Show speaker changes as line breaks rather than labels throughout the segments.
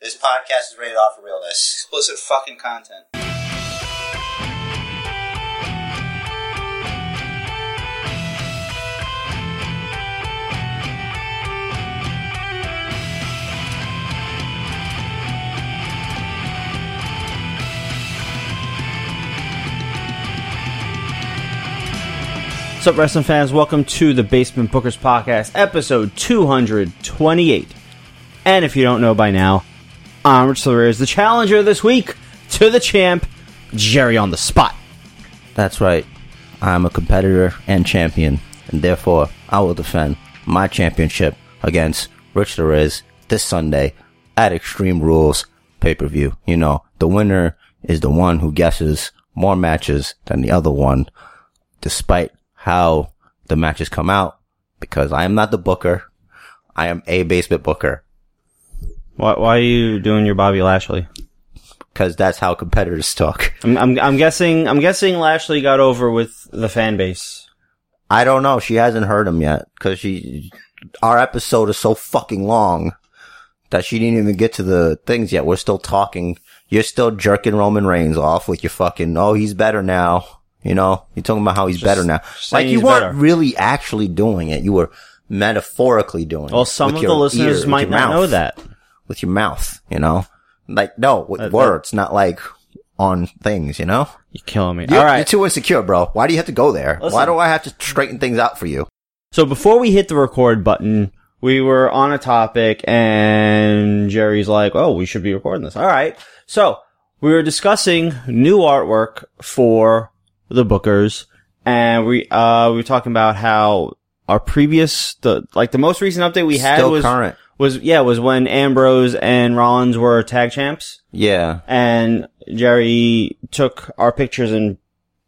This podcast is rated off for realness.
Explicit fucking content.
What's up, wrestling fans? Welcome to the Basement Bookers Podcast, episode 228. And if you don't know by now, I'm Rich Solera is the challenger this week to the champ, Jerry on the Spot.
That's right. I'm a competitor and champion, and therefore I will defend my championship against Rich Derez this Sunday at Extreme Rules pay per view. You know, the winner is the one who guesses more matches than the other one, despite how the matches come out, because I am not the booker. I am a basement booker,
Why, why are you doing your Bobby Lashley?
because that's how competitors talk.
I'm, I'm, I'm guessing I'm guessing Lashley got over with the fan base.
I don't know. She hasn't heard him yet because she, our episode is so fucking long that she didn't even get to the things yet. We're still talking. You're still jerking Roman Reigns off with your fucking, oh, he's better now. You know, you're talking about how he's better now.
saying
Like you
he's
weren't
better.
really actually doing it. You were metaphorically doing it.
Well, some
with
of the
your ear,
listeners
with
might
your
not know
mouth,
that.
With your mouth, you know? Like, no, with
Uh, that-
words, not like on things, you know?
You're killing me.
You're,
All right.
you're too insecure, bro. Why do you have to go there? Why
Listen.
do I have to straighten things out for you?
So before we hit the record button, we were on a topic and Jerry's like, oh, we should be recording this. All right. So we were discussing new artwork for the bookers and we, uh, we were talking about how our previous, the, like the most recent update we had
Still
was,
current.
was, yeah, was when Ambrose and Rollins were tag champs
Yeah.
and Jerry took our pictures and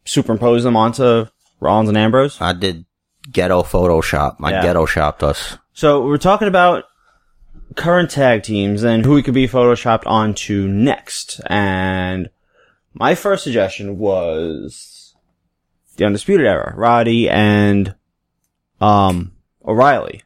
superimposed them onto Rollins and Ambrose.
I did ghetto Photoshop. I
Yeah.
ghetto shopped us.
So we're talking about current tag teams and who we could be photoshopped onto next. And my first suggestion was the Undisputed Era, Roddy and um O'Reilly.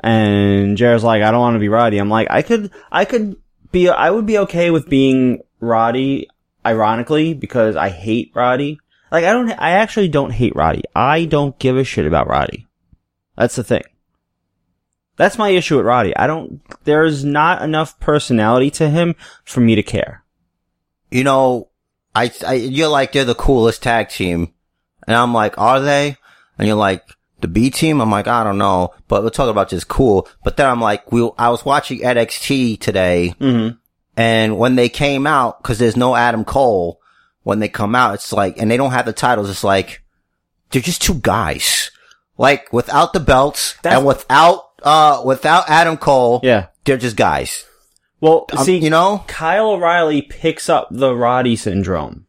And Jared's like, I don't want to be Roddy. I'm like, I could, I could be, I would be okay with being Roddy, ironically, because I hate Roddy. Like, I don't, I actually don't hate Roddy. I don't give a shit about Roddy. That's the thing. That's my issue with Roddy. I don't, there's not enough personality to him for me to care.
You know, I, I, you're like, they're the coolest tag team. And I'm like, are they? And you're like, the B team? I'm like, I don't know, but we're talking about just cool. But then I'm like, we, I was watching NXT today
Mm-hmm.
and when they came out, cause there's no Adam Cole, when they come out, it's like, and they don't have the titles, it's like, they're just two guys. Like, without the belts
That's-
and without, uh, without Adam Cole,
Yeah.
they're just guys.
Well,
Um,
see,
you know,
Kyle O'Reilly picks up the Roddy syndrome.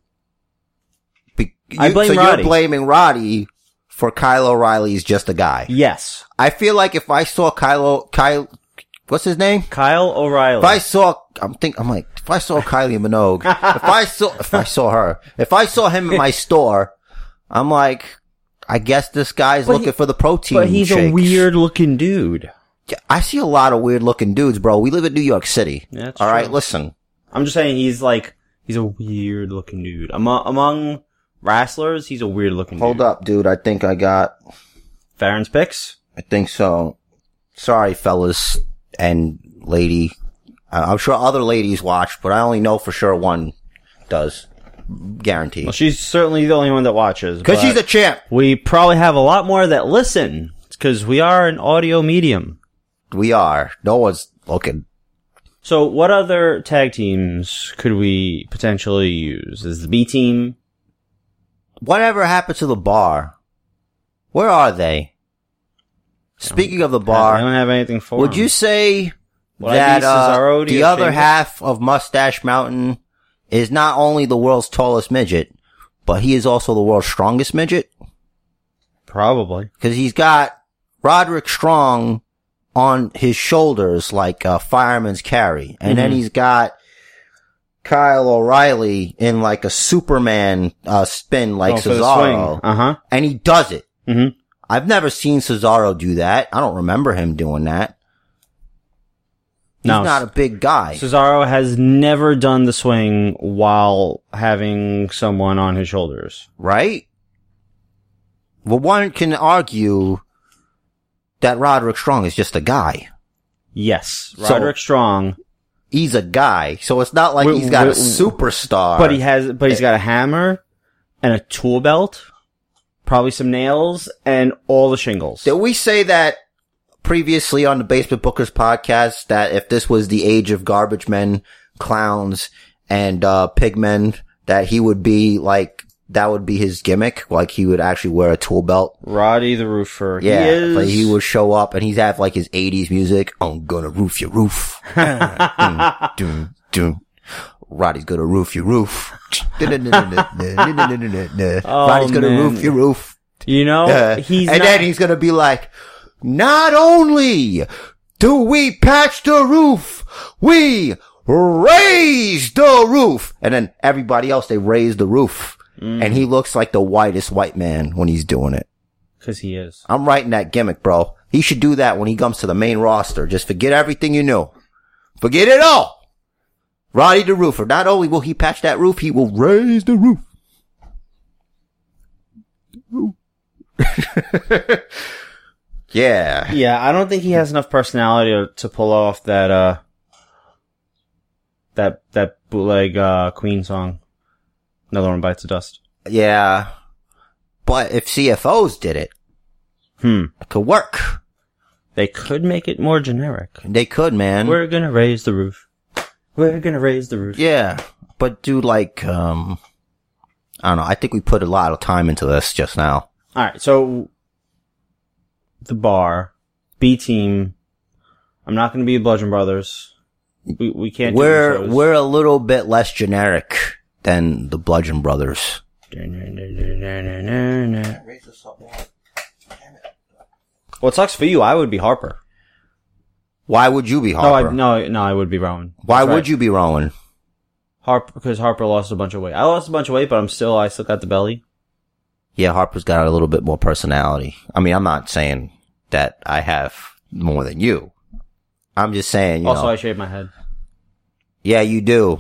Be-
I blame
so
Roddy.
you're blaming Roddy for Kyle O'Reilly's just a guy.
Yes.
I feel like if I saw Kylo, Kyle, what's his name?
Kyle O'Reilly.
If I saw, I'm think, I'm like, if I saw Kylie Minogue, if I saw, if I saw her, if I saw him in my store, I'm like, I guess this guy's
But he-
looking for the protein.
but he's a
shakes.
weird looking dude.
Yeah, I see a lot of weird looking dudes, bro. We live in New York City.
Yeah, that's
All right,
true.
listen.
I'm just saying he's like, he's a weird looking dude. Among, among wrestlers, he's a weird looking dude.
Hold up, dude. I think I got
Farron's picks?
I think so. Sorry, fellas and lady. I- I'm sure other ladies watch, but I only know for sure one does. Guarantee.
Well, she's certainly the only one that watches.
Because
but-
she's a champ.
We probably have a lot more that listen because we are an audio medium.
We are. No one's looking.
So, what other tag teams could we potentially use? Is the B team?
Whatever happened to the bar? Where are they? Speaking of the
I
bar,
don't have anything for.
would
them.
you say
Would I
that
be
uh,
Cesaro? Do
the
you
other
think?
half of Mustache Mountain is not only the world's tallest midget, but he is also the world's strongest midget?
Probably.
because he's got Roderick Strong on his shoulders like a fireman's carry, and then
Mhm.
he's got Kyle O'Reilly in like a Superman uh, spin like
Going Oh, for the
Cesaro,
swing. Uh huh.
and he does it.
Mhm.
I've never seen Cesaro do that. I don't remember him doing that. He's
No,
not a big guy.
Cesaro has never done the swing while having someone on his shoulders.
right? Well, one can argue that Roderick Strong is just a guy.
Yes,
So-
Roderick Strong,
He's a guy, so it's not like
Wi-
he's got a
wi-
superstar.
but he has, but he's got a hammer and a tool belt, probably some nails and all the shingles.
Did we say that previously on the Basement Bookers podcast that if this was the age of garbage men, clowns, and uh, pig men, that he would be like that would be his gimmick, like he would actually wear a tool belt.
Roddy the Roofer,
Yeah,
he is.
like he would show up and he'd have like his '80s music. I'm gonna roof your roof. Dun, dun, dun. Roddy's gonna roof your roof. Roddy's gonna
Oh, man.
roof your roof.
you know,
Uh,
he's
and
not-
then he's gonna be like, not only do we patch the roof, we raise the roof. And then everybody else, they raise the roof.
Mm.
And he looks like the whitest white man when he's doing it.
cause he is.
I'm writing that gimmick, bro. He should do that when he comes to the main roster. Just forget everything you knew. Forget it all. Roddy the roofer. Not only will he patch that roof, he will raise the roof. yeah.
Yeah, I don't think he has enough personality to, to pull off that, uh, that, that bootleg, uh, Queen song. Another one bites the dust.
Yeah. But if CFOs did it,
Hmm.
it could work.
They could make it more generic.
They could, man.
We're gonna raise the roof. We're gonna raise the roof.
Yeah, but do like um, I don't know. I think we put a lot of time into this just now.
Alright, so, the bar, B team, I'm not gonna be Bludgeon Brothers. We, we can't
We're
do the shows.
we're a little bit less generic than the Bludgeon Brothers.
Well, it sucks for you. I would be Harper.
Why would you be Harper?
No, I, no, no, I would be Rowan.
Why
That's
would
right.
you be Rowan?
Harper? Because Harper lost a bunch of weight. I lost a bunch of weight, but I'm still, I still got the belly.
Yeah, Harper's got a little bit more personality. I mean, I'm not saying that I have more than you. I'm just saying, you
also,
know,
I shaved my head.
yeah, you do.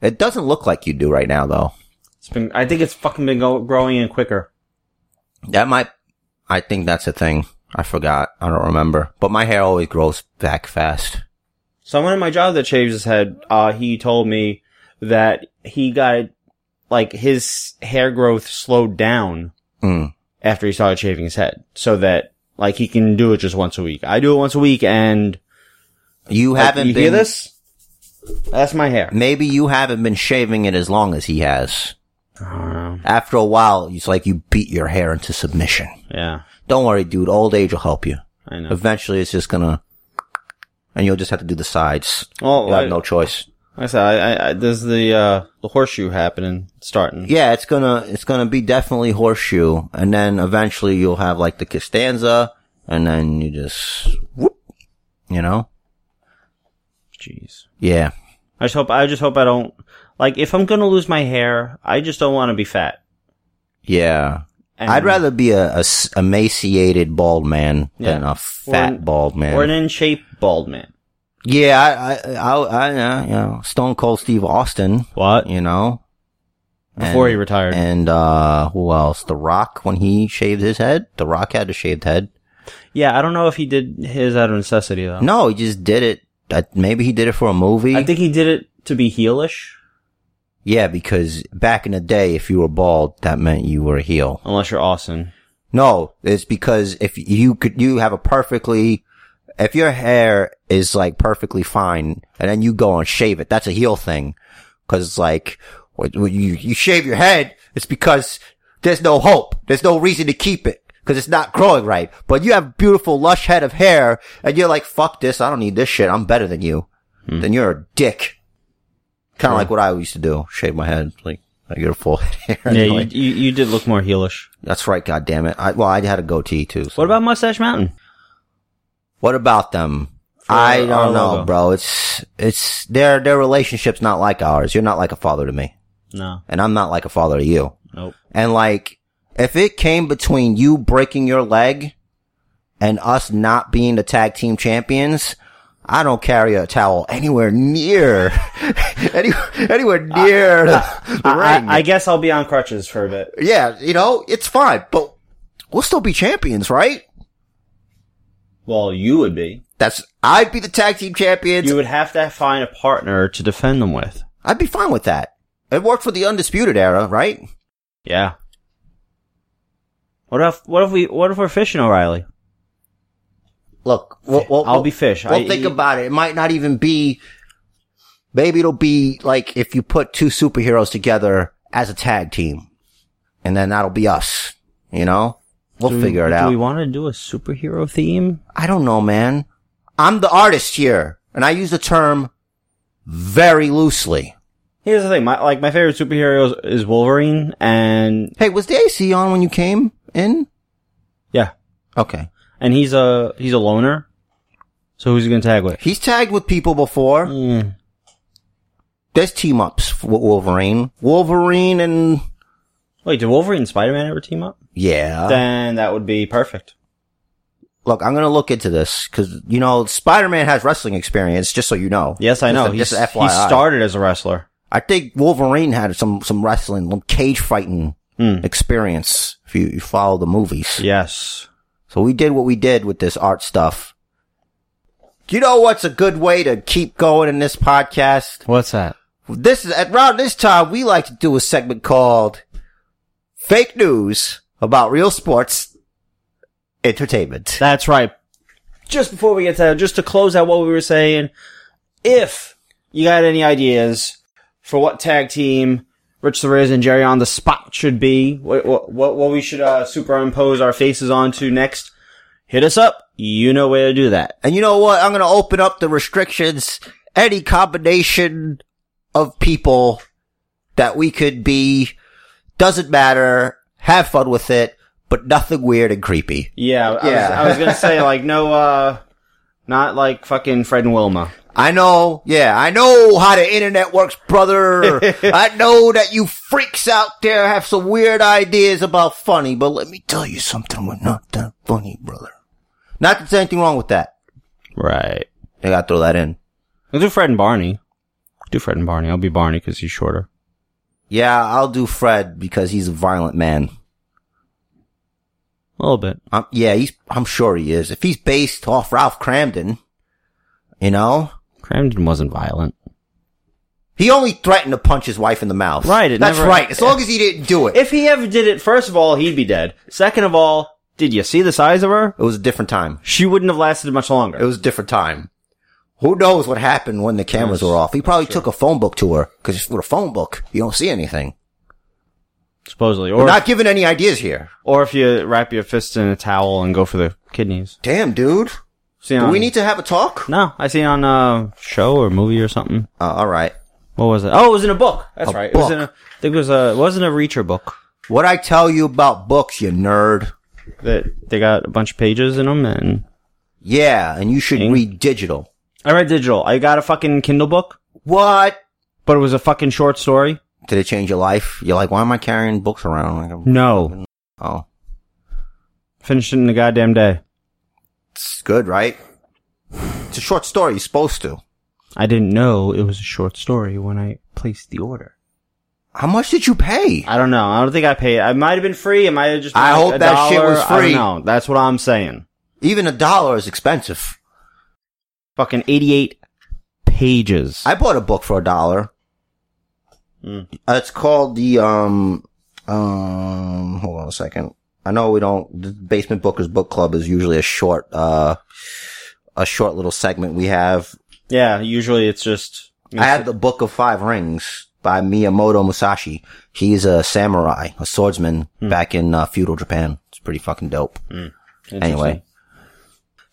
It doesn't look like you do right now, though.
It's been, I think it's fucking been go- growing in quicker.
That might, I think that's a thing. I forgot. I don't remember. But my hair always grows back fast.
Someone in my job that shaves his head, uh, he told me that he got, like, his hair growth slowed down
Mm.
after he started shaving his head. So that, like, he can do it just once a week. I do it once a week and,
You
like,
haven't
you
been.
hear this? That's my hair.
Maybe you haven't been shaving it as long as he has. After a while, it's like you beat your hair into submission.
Yeah,
Don't worry, dude. Old age will help you.
I know.
Eventually, it's just gonna, and you'll just have to do the sides.
Well,
You'll
Oh, I-
have no choice.
Like I said, I, I, I, there's the uh, the horseshoe happening, starting.
Yeah, it's gonna, it's gonna be definitely horseshoe, and then eventually you'll have like the Costanza, and then you just, whoop, you know?
Jeez.
Yeah.
I just hope I just hope I don't like if I'm gonna lose my hair, I just don't want to be fat.
Yeah.
And-
I'd rather be a, a s- emaciated bald man than a fat
Or an-
bald man.
or an in shape bald man.
Yeah, I, I, I, I uh, you know, Stone Cold Steve Austin,
What?
you know,
Before
And-
he retired.
and uh, who else? The Rock when he shaved his head. The Rock had a shaved head.
yeah, I don't know if he did his out of necessity though.
No, he just did it. I, maybe he did it for a movie.
Oh. I think he did it to be heelish,
yeah, because back in the day, if you were bald, that meant you were a heel.
unless you're Austin.
No, it's because if you could, you have a perfectly, if your hair is like perfectly fine and then you go and shave it, that's a heel thing. Cause it's like, when when you, you shave your head, it's because there's no hope. There's no reason to keep it. Cause it's not growing right. But you have beautiful lush head of hair and you're like, fuck this. I don't need this shit. I'm better than you.
Hmm.
Then you're a dick. Kind of like what I used to do. Shave my head. Like, I get a full head of hair.
Yeah,
Like,
you, you you did look more heelish.
that's right, God damn it! I, well, I had a goatee too. so-
What about Mustache Mountain?
what about them?
For
I
our
don't know,
logo.
bro. It's it's their their relationship's not like ours. You're not like a father to me,
No,
and I'm not like a father to you.
nope.
And like, if it came between you breaking your leg and us not being the tag team champions, I don't carry a towel anywhere near, any, anywhere near the, the
I,
ring.
I, I guess I'll be on crutches for a bit.
yeah, you know, it's fine, but we'll still be champions, right?
Well, you would be.
That's, I'd be the tag team champions.
You would have to find a partner to defend them with.
I'd be fine with that. It worked for the Undisputed Era, right?
Yeah. What if what if we what if we're fishing O'Reilly?
Look, we'll, we'll,
I'll be fish.
Well,
I-
think about it. It might not even be. Maybe it'll be like if you put two superheroes together as a tag team, and then that'll be us. You know, we'll
Do we-
figure it out.
Do we want to do a superhero theme?
I don't know, man. I'm the artist here, and I use the term very loosely.
Here's the thing, my like my favorite superhero is, is Wolverine, and
Hey, was the AC on when you came in?
yeah,
Okay,
and he's a he's a loner, so who's he gonna tag with?
he's tagged with people before.
Mm.
There's team ups with Wolverine, Wolverine, and
Wait, did Wolverine and Spider Man ever team up? Uh.
yeah.
then that would be perfect.
Look, I'm gonna look into this because you know Spider-Man has wrestling experience. Just so you know.
Yes, I
Just
know.
a-
He's,
Just, a
he
FYI.
started as a wrestler.
I think Wolverine had some some wrestling, some cage fighting
Hmm.
experience. If you, you follow the movies,
Yes.
so we did what we did with this art stuff. You know what's a good way to keep going in this podcast?
What's that?
This is around this time we like to do a segment called "Fake News about Real Sports Entertainment."
That's right. Just before we get to that, just to close out what we were saying, if you got any ideas for what tag team Rich the Riz and Jerry on the spot should be, what what what, what we should uh, superimpose our faces onto next, hit us up. You know where to do that.
And you know what? I'm going to open up the restrictions. Any combination of people that we could be doesn't matter. Have fun with it, but nothing weird and creepy.
Yeah, I,
Yeah.
Was, I was gonna say like no, uh, not like fucking Fred and Wilma.
I know, yeah, I know how the internet works, brother. I know that you freaks out there have some weird ideas about funny, but let me tell you something, we're not that funny, brother. Not that there's anything wrong with that.
Right.
I gotta throw that in.
I'll do Fred and Barney. Do Fred and Barney. I'll be Barney because he's shorter.
Yeah, I'll do Fred because he's a violent man.
A little bit.
Um, yeah, he's, I'm sure he is. If he's based off Ralph Cramden, you know,
Cramden wasn't violent.
he only threatened to punch his wife in the mouth.
Right, it
That's
never-
right. As long as he didn't do it. It
If he ever did it, first of all, he'd be dead. Second of all, did you see the size of her?
was a different time.
She wouldn't have lasted much longer.
It was a different time. Who knows what happened when the cameras were off? He probably took a phone book to her because with a phone book, you don't see anything.
supposedly.
We're
Or,
not giving any ideas here.
or if you wrap your fist in a towel and go for the kidneys.
Damn, dude.
See
Do
on,
we need to have a talk?
No, I seen on a show or movie or something.
Uh, all right.
What was it? Oh, it was in a book. That's
A
right. It was in a,
book.
I think it was a, it wasn't a Reacher book
What I tell you about books, you nerd.
that they got a bunch of pages in them and
Yeah, and you should read digital.
I read digital. I got a fucking Kindle book,
What?
but it was a fucking short story.
Did it change your life? You're like, why am I carrying books around? Like, I'm-
No.
oh,
Finished it in a goddamn day.
it's good, right? It's a short story. You're supposed to.
I didn't know it was a short story when I placed the order.
How much did you pay?
I don't know. I don't think I paid. I might have been free. It might have just. Been
I
like
hope
a
that shit
dollar.
was free.
I don't know. That's what I'm saying.
Even a dollar is expensive.
Fucking 88 pages.
I bought a book for a dollar.
Mm.
Uh, It's called the um um. Hold on a second. I know we don't. The Basement Bookers Book Club is usually a short uh a short little segment we have.
yeah. Usually it's just.
I have the Book of Five Rings by Miyamoto Musashi. He's a samurai, a swordsman back in uh, feudal Japan. It's pretty fucking dope.
Interesting.
Anyway,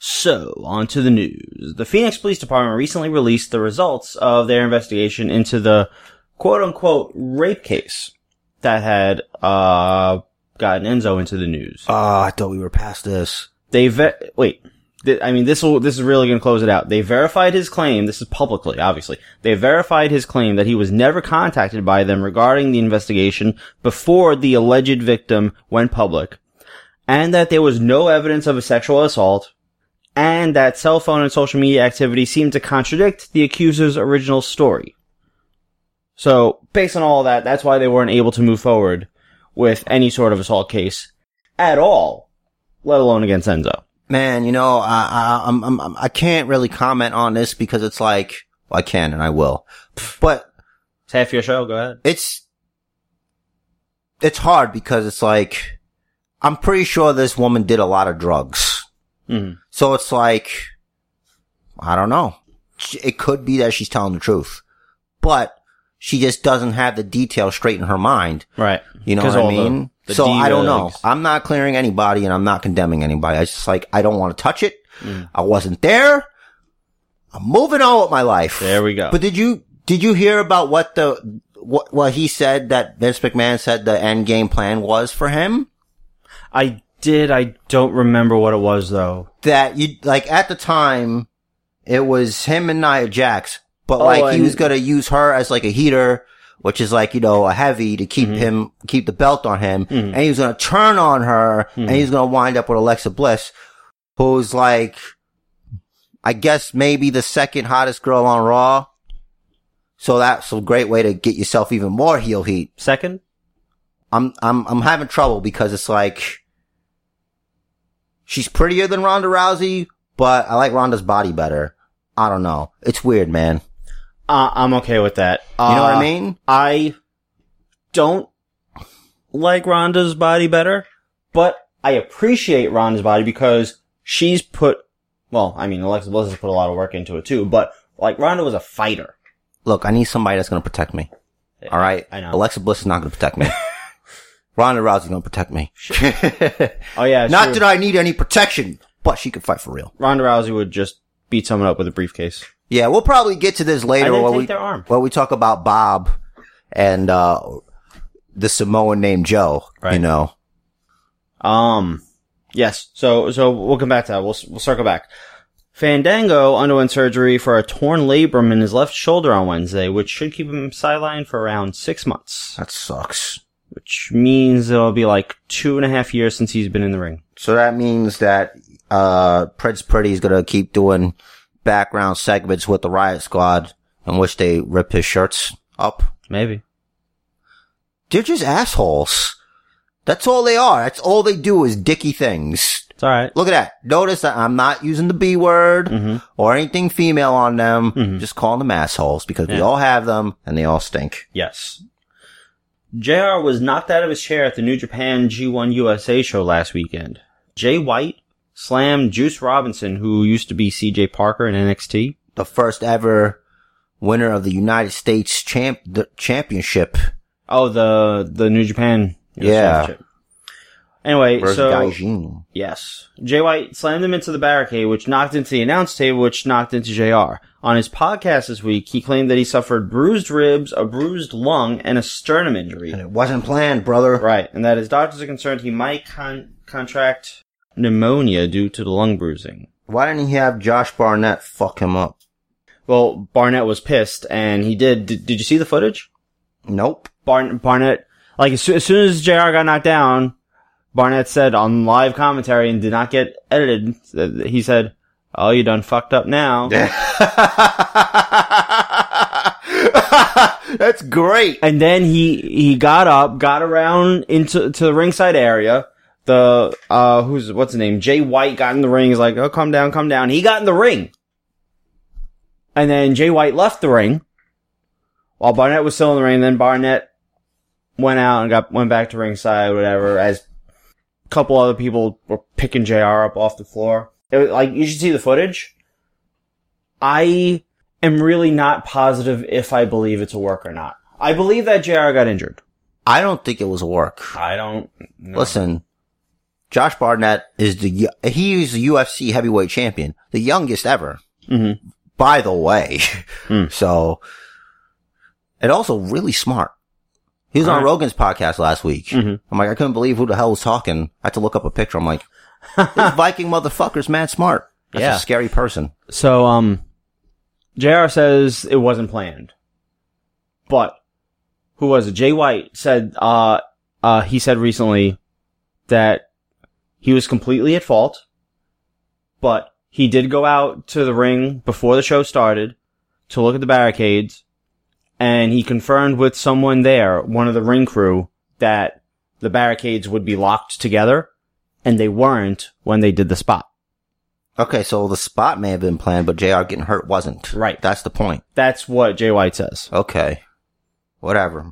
So, on to the news. The Phoenix Police Department recently released the results of their investigation into the quote unquote rape case that had, uh, gotten Enzo into the news.
ah, I thought we were past this.
They ver- wait. Th- I mean, this will this is really going to close it out. They verified his claim. This is publicly, obviously. They verified his claim that he was never contacted by them regarding the investigation before the alleged victim went public, and that there was no evidence of a sexual assault, and that cell phone and social media activity seem to contradict the accuser's original story. So, based on all that, that's why they weren't able to move forward with any sort of assault case at all, let alone against Enzo.
Man, you know, I, I, I'm, I'm, I'm- I can't really comment on this because it's like, well, I can and I will, but
It's half your show, go ahead.
it's it's hard because it's like I'm pretty sure this woman did a lot of drugs.
Mhm.
So it's like I don't know. It could be that she's telling the truth, but she just doesn't have the details straight in her mind.
Right.
You know
'Cause
what I
all the-
mean?
the
so I don't know.
D-bags.
I'm not clearing anybody and I'm not condemning anybody. I just like I don't want to touch it.
Mm.
I wasn't there. I'm moving on with my life.
There we go.
But did you did you hear about what the what what he said that Vince McMahon said the end game plan was for him?
I did, I don't remember what it was though.
That you like at the time it was him and Nia Jax, but
Oh,
like he
and-
was gonna use her as like a heater, which is like, you know, a heavy to keep
Mm-hmm.
him keep the belt on him, and he was gonna turn on her and
Mm-hmm.
he's gonna wind up with Alexa Bliss, who's like I guess maybe the second hottest girl on Raw. So that's a great way to get yourself even more heel heat.
Second?
I'm I'm I'm having trouble because it's like she's prettier than Ronda Rousey, but I like Ronda's body better. I don't know. It's weird, man.
Uh, I'm okay with that. Uh,
You know what I mean?
I don't like Rhonda's body better, but I appreciate Rhonda's body because she's put, well, I mean, Alexa Bliss has put a lot of work into it too, but like Rhonda was a fighter.
Look, I need somebody that's gonna protect me. All right,
I know.
Alexa Bliss is not gonna protect me. Ronda Rousey's gonna protect me.
Oh yeah.
not
sure.
that I need any protection, but she could fight for real.
Ronda Rousey would just beat someone up with a briefcase.
Yeah, we'll probably get to this later
And then
when
take
we
their arm.
when we talk about Bob and uh the Samoan named Joe. You
Right.
know.
Um, yes. So, so we'll come back to that. We'll, we'll circle back. Fandango underwent surgery for a torn labrum in his left shoulder on Wednesday, which should keep him sidelined for around six months,
That sucks.
which means it'll be like two and a half years since he's been in the ring.
So that means that uh Prince Pretty is gonna keep doing background segments with the Riot Squad in which they rip his shirts up.
Maybe.
They're just assholes. That's all they are. That's all they do is dicky things.
It's all right.
Look at that. Notice that I'm not using the B word
Mm-hmm.
or anything female on them. Just calling them assholes because we
Yeah.
all have them and they all stink.
Yes. JR was knocked out of his chair at the New Japan G1 USA show last weekend. Jay White slammed Juice Robinson, who used to be CJ Parker in NXT.
The first ever winner of the United States champ, the championship.
Oh, the the New Japan.
Yeah.
Championship. Anyway,
versus
so
Gaijin.
yes, Jay White slammed him into the barricade, which knocked into the announce table, which knocked into Jr. On his podcast this week, he claimed that he suffered bruised ribs, a bruised lung, and a sternum injury.
And it wasn't planned, brother.
Right, and that his doctors are concerned he might con- contract pneumonia due to the lung bruising.
Why didn't he have Josh Barnett fuck him up?
Well, Barnett was pissed, and he did. Did, did you see the footage?
Nope.
Barn- Barnett, like as, soo- as soon as Jr. got knocked down, Barnett said on live commentary and did not get edited. that- He said, "Oh, you done fucked up now."
That's great.
And then he he got up, got around into to the ringside area. The uh, who's what's the name? Jay White got in the ring. He's like, "Oh, come down, come down." He got in the ring, and then Jay White left the ring while Barnett was still in the ring. Then Barnett went out and got went back to ringside, whatever. As a couple other people were picking Jr. up off the floor. It was, like you should see the footage. I am really not positive if I believe it's a work or not. I believe that JR got injured.
I don't think it was a work.
I don't. know.
Listen, Josh Barnett is the he is the UFC heavyweight champion, the youngest ever.
Mhm.
By the way,
Hmm.
so and also really smart. He was on
Alright.
Rogan's podcast last week.
Mhm.
I'm like, I couldn't believe who the hell was talking. I had to look up a picture. I'm like, this Viking motherfucker's mad smart. That's
Yeah.
a scary person.
So, um, JR says it wasn't planned. But, who was it? Jay White said, uh, uh, he said recently that he was completely at fault, but He did go out to the ring before the show started to look at the barricades, and he confirmed with someone there, one of the ring crew, that the barricades would be locked together, and they weren't when they did the spot.
Okay, so the spot may have been planned, but JR getting hurt wasn't.
Right.
That's the point.
That's what Jay White says.
Okay. Whatever.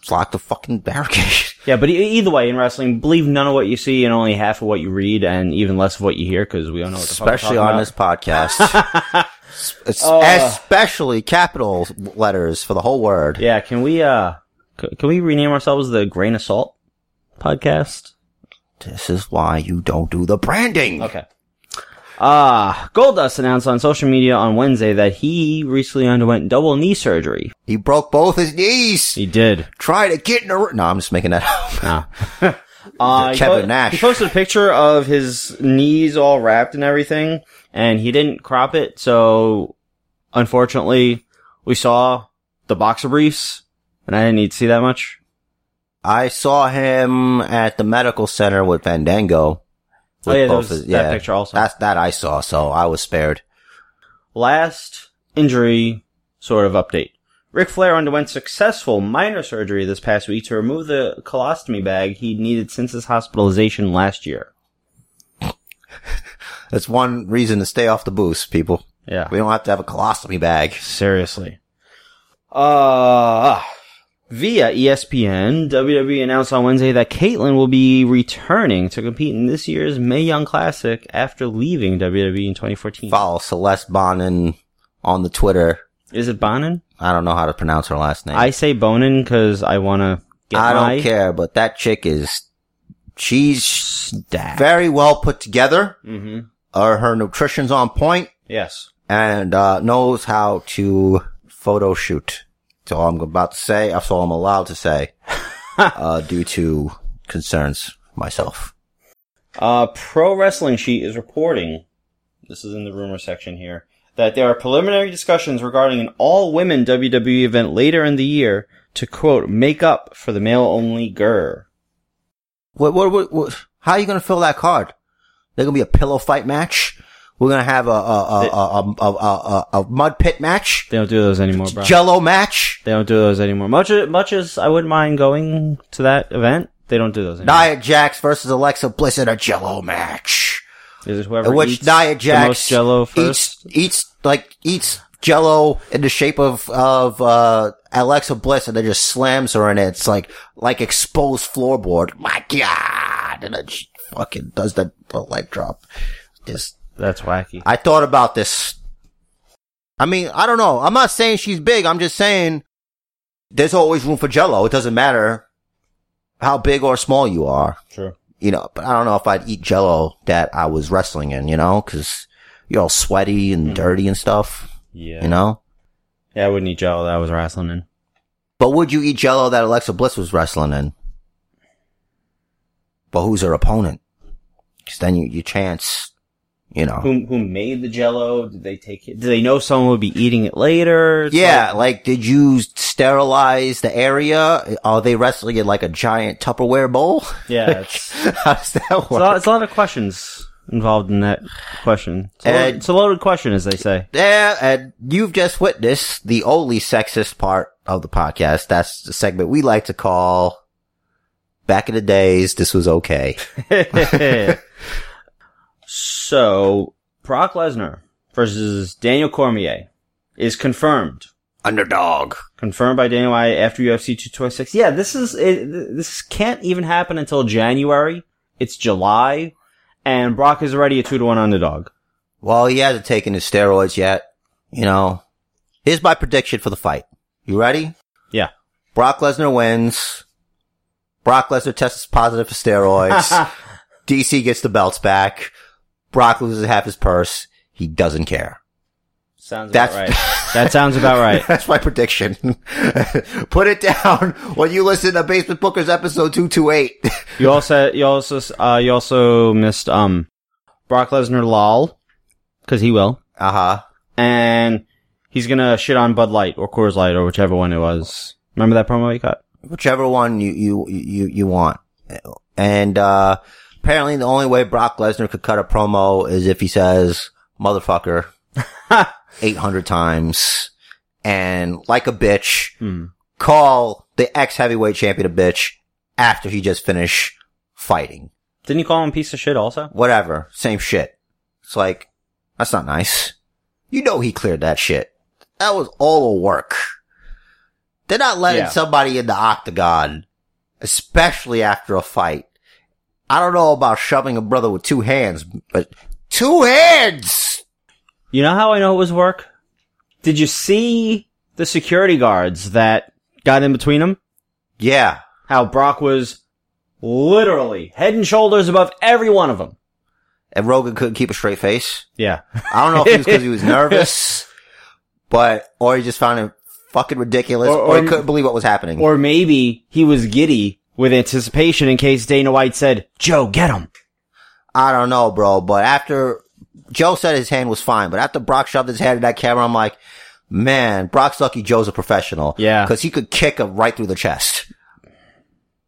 Just lock the fucking barricade.
Yeah, but e- either way, in wrestling, believe none of what you see and only half of what you read, and even less of what you hear, because we don't know what the fuck we're
Especially on
talking
this podcast.
about.
Es-
Oh.
Especially capital letters for the whole word.
Yeah, can we uh c- can we rename ourselves the Grain of Salt podcast?
This is why you don't do the branding.
Okay. Uh Goldust announced on social media on Wednesday that he recently underwent double knee surgery.
He broke both his knees.
He did.
Try to get in a. r- No, I'm just making that up.
Ah. Uh, he
Kevin
po-
Nash.
He posted a picture of his knees all wrapped and everything, and he didn't crop it, so unfortunately, we saw the boxer briefs, and I didn't need to see that much.
I saw him at the medical center with Fandango.
Oh, yeah, there was that picture also.
That's that I saw, so I was spared.
last injury sort of update. Ric Flair underwent successful minor surgery this past week to remove the colostomy bag he needed since his hospitalization last year.
That's one reason to stay off the booze, people.
Yeah.
We don't have to have a colostomy bag.
Seriously. Uh, via E ESPN, WWE E announced on Wednesday that Caitlyn will be returning to compete in this year's Mae Young Classic after leaving WWE in 2014.
Follow Celeste Bonin on the Twitter.
Is it Bonin?
I don't know how to pronounce her last name.
I say Bonin because I want to get
I don't
my-
care, but that chick is, she's very well put together.
Mhm.
Uh, her nutrition's on point
Yes.
and, uh, knows how to photo shoot. That's all I'm about to say. That's all I'm allowed to say, uh, due to concerns myself.
Uh, Pro Wrestling Sheet is reporting, this is in the rumor section here, that there are preliminary discussions regarding an all women WWE E event later in the year to quote, make up for the male only GER.
What, what, what, what- how are you going to fill that card? There's going to be a pillow fight match. We're going to have a, a, a, a, a, a, a, a mud pit match,
They don't do those anymore, bro.
jello match,
they don't do those anymore. Much, much as I wouldn't mind going to that event, they don't do those anymore.
Nia Jax versus Alexa Bliss in a jello match.
Is it whoever
In which
eats
Nia Jax
the most jello first?
eats, eats, like, eats jello in the shape of, of, uh, Alexa Bliss and then just slams her in it. It's like, like exposed floorboard. My God. And then she fucking does that uh, leg drop. Just,
That's wacky.
I thought about this. I mean, I don't know. I'm not saying she's big. I'm just saying there's always room for jello. It doesn't matter how big or small you are
True.
you know, but I don't know if I'd eat jello that I was wrestling in, you know, cause you're all sweaty and dirty and stuff,
Yeah.
you know?
Yeah, I wouldn't eat jello that I was wrestling in.
But would you eat jello that Alexa Bliss was wrestling in? But who's her opponent? Cause then you, you chance, you know.
Who, who made the jello? Did they take it? Do they know someone would be eating it later? It's like-
yeah, like, did you sterilize the area? Are they wrestling in like a giant Tupperware bowl?
Yeah, it's, it's,
How does that
a
work?
lot, it's a lot of questions involved in that question. It's a,
Uh,
loaded, it's a loaded question, as they say.
Yeah, and you've just witnessed the only sexist part of the podcast. That's the segment we like to call Back in the Days, This Was Okay.
so, Brock Lesnar versus Daniel Cormier is confirmed.
Underdog.
Confirmed by Daniel White after UFC 226. Yeah, this is, it, this can't even happen until January. It's July, and Brock is already a 2 to 1 underdog.
Well, he hasn't taken his steroids yet. You know, here's my prediction for the fight. You ready?
Yeah.
Brock Lesnar wins. Brock Lesnar tests positive for steroids. DC gets the belts back. Brock loses half his purse. He doesn't care.
sounds about
That's-
right. That sounds about right.
That's my prediction. Put it down when you listen to Basement Bookers episode 228.
You also you also uh, you also missed um Brock Lesnar lol because he will,
Uh huh.
and he's gonna shit on Bud Light or Coors Light or whichever one it was. Remember that promo he got?
Whichever one you, you, you, you want. And, uh, Apparently, the only way Brock Lesnar could cut a promo is if he says "motherfucker" eight hundred times, and like a bitch,
Hmm.
call the ex heavyweight champion a bitch after he just finished fighting.
Didn't you call him a piece of shit also?
Whatever, same shit. It's like that's not nice. You know he cleared that shit. That was all a work. They're not letting
Yeah.
somebody in the octagon, especially after a fight. I don't know about shoving a brother with two hands, but two hands.
You know how I know it was work? Did you see the security guards that got in between them?
Yeah,
How Brock was literally head and shoulders above every one of them.
and Rogan couldn't keep a straight face.
Yeah.
I don't know if it was because he was nervous, but or he just found it fucking ridiculous,
Or-
or, he
or-
couldn't believe what was happening.
Or maybe he was giddy with anticipation in case Dana White said, Joe, get him.
I don't know, bro. But after Joe said his hand was fine, but after Brock shoved his hand in that camera, I'm like, man, Brock's lucky Joe's a professional.
Yeah.
because he could kick him right through the chest.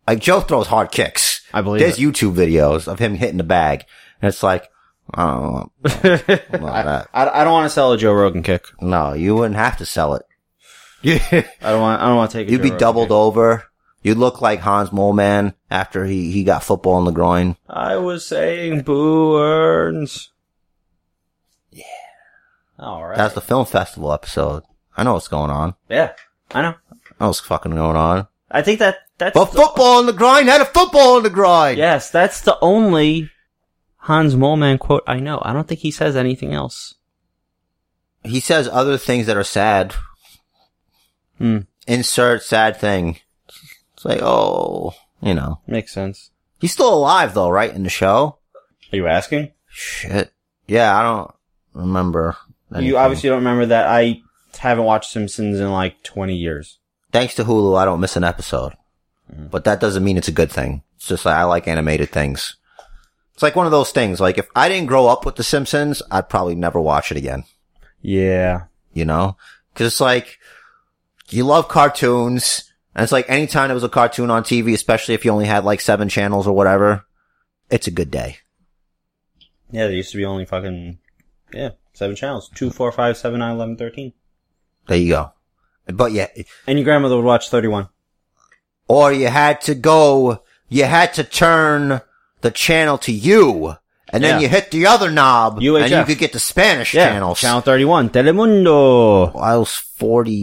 Like Joe throws hard kicks.
I believe
There's
it.
YouTube videos of him hitting the bag, and it's like, oh
I, I, I don't want to sell a Joe Rogan kick.
no, you wouldn't have to sell it. Yeah.
I don't want, I don't want to take a
You'd
Joe
be
Rogan
doubled
kick.
over. You'd look like Hans Moleman after he, he got football in the groin.
I was saying Boo Earns. Yeah. All right.
That's the film festival episode. I know what's going on.
yeah. I know.
I know what's fucking going on.
I think that that's
But football in the groin had a football in the groin.
yes, that's the only Hans Moleman quote I know. I don't think he says anything else.
He says other things that are sad.
Hmm.
Insert sad thing. It's like, oh, you know.
Makes sense.
He's still alive though, right? In the show?
Are you asking?
Shit. Yeah, I don't remember. anything.
You obviously don't remember that I haven't watched Simpsons in like 20 years.
Thanks to Hulu, I don't miss an episode.
Hmm.
But that doesn't mean it's a good thing. It's just like I like animated things. It's like one of those things. Like if I didn't grow up with The Simpsons, I'd probably never watch it again.
Yeah.
You know, because it's like you love cartoons, and it's like anytime there was a cartoon on TV, especially if you only had like seven channels or whatever, it's a good day.
Yeah, there used to be only fucking, yeah, seven channels. Two, four, five, seven, nine, eleven, thirteen.
There you go. But yeah,
And your grandmother would watch 31.
or you had to go, you had to turn the channel to you, and then
Yeah.
you hit the other knob,
UHF.
and you could get the Spanish
Yeah.
channels.
Channel 31. Telemundo.
I was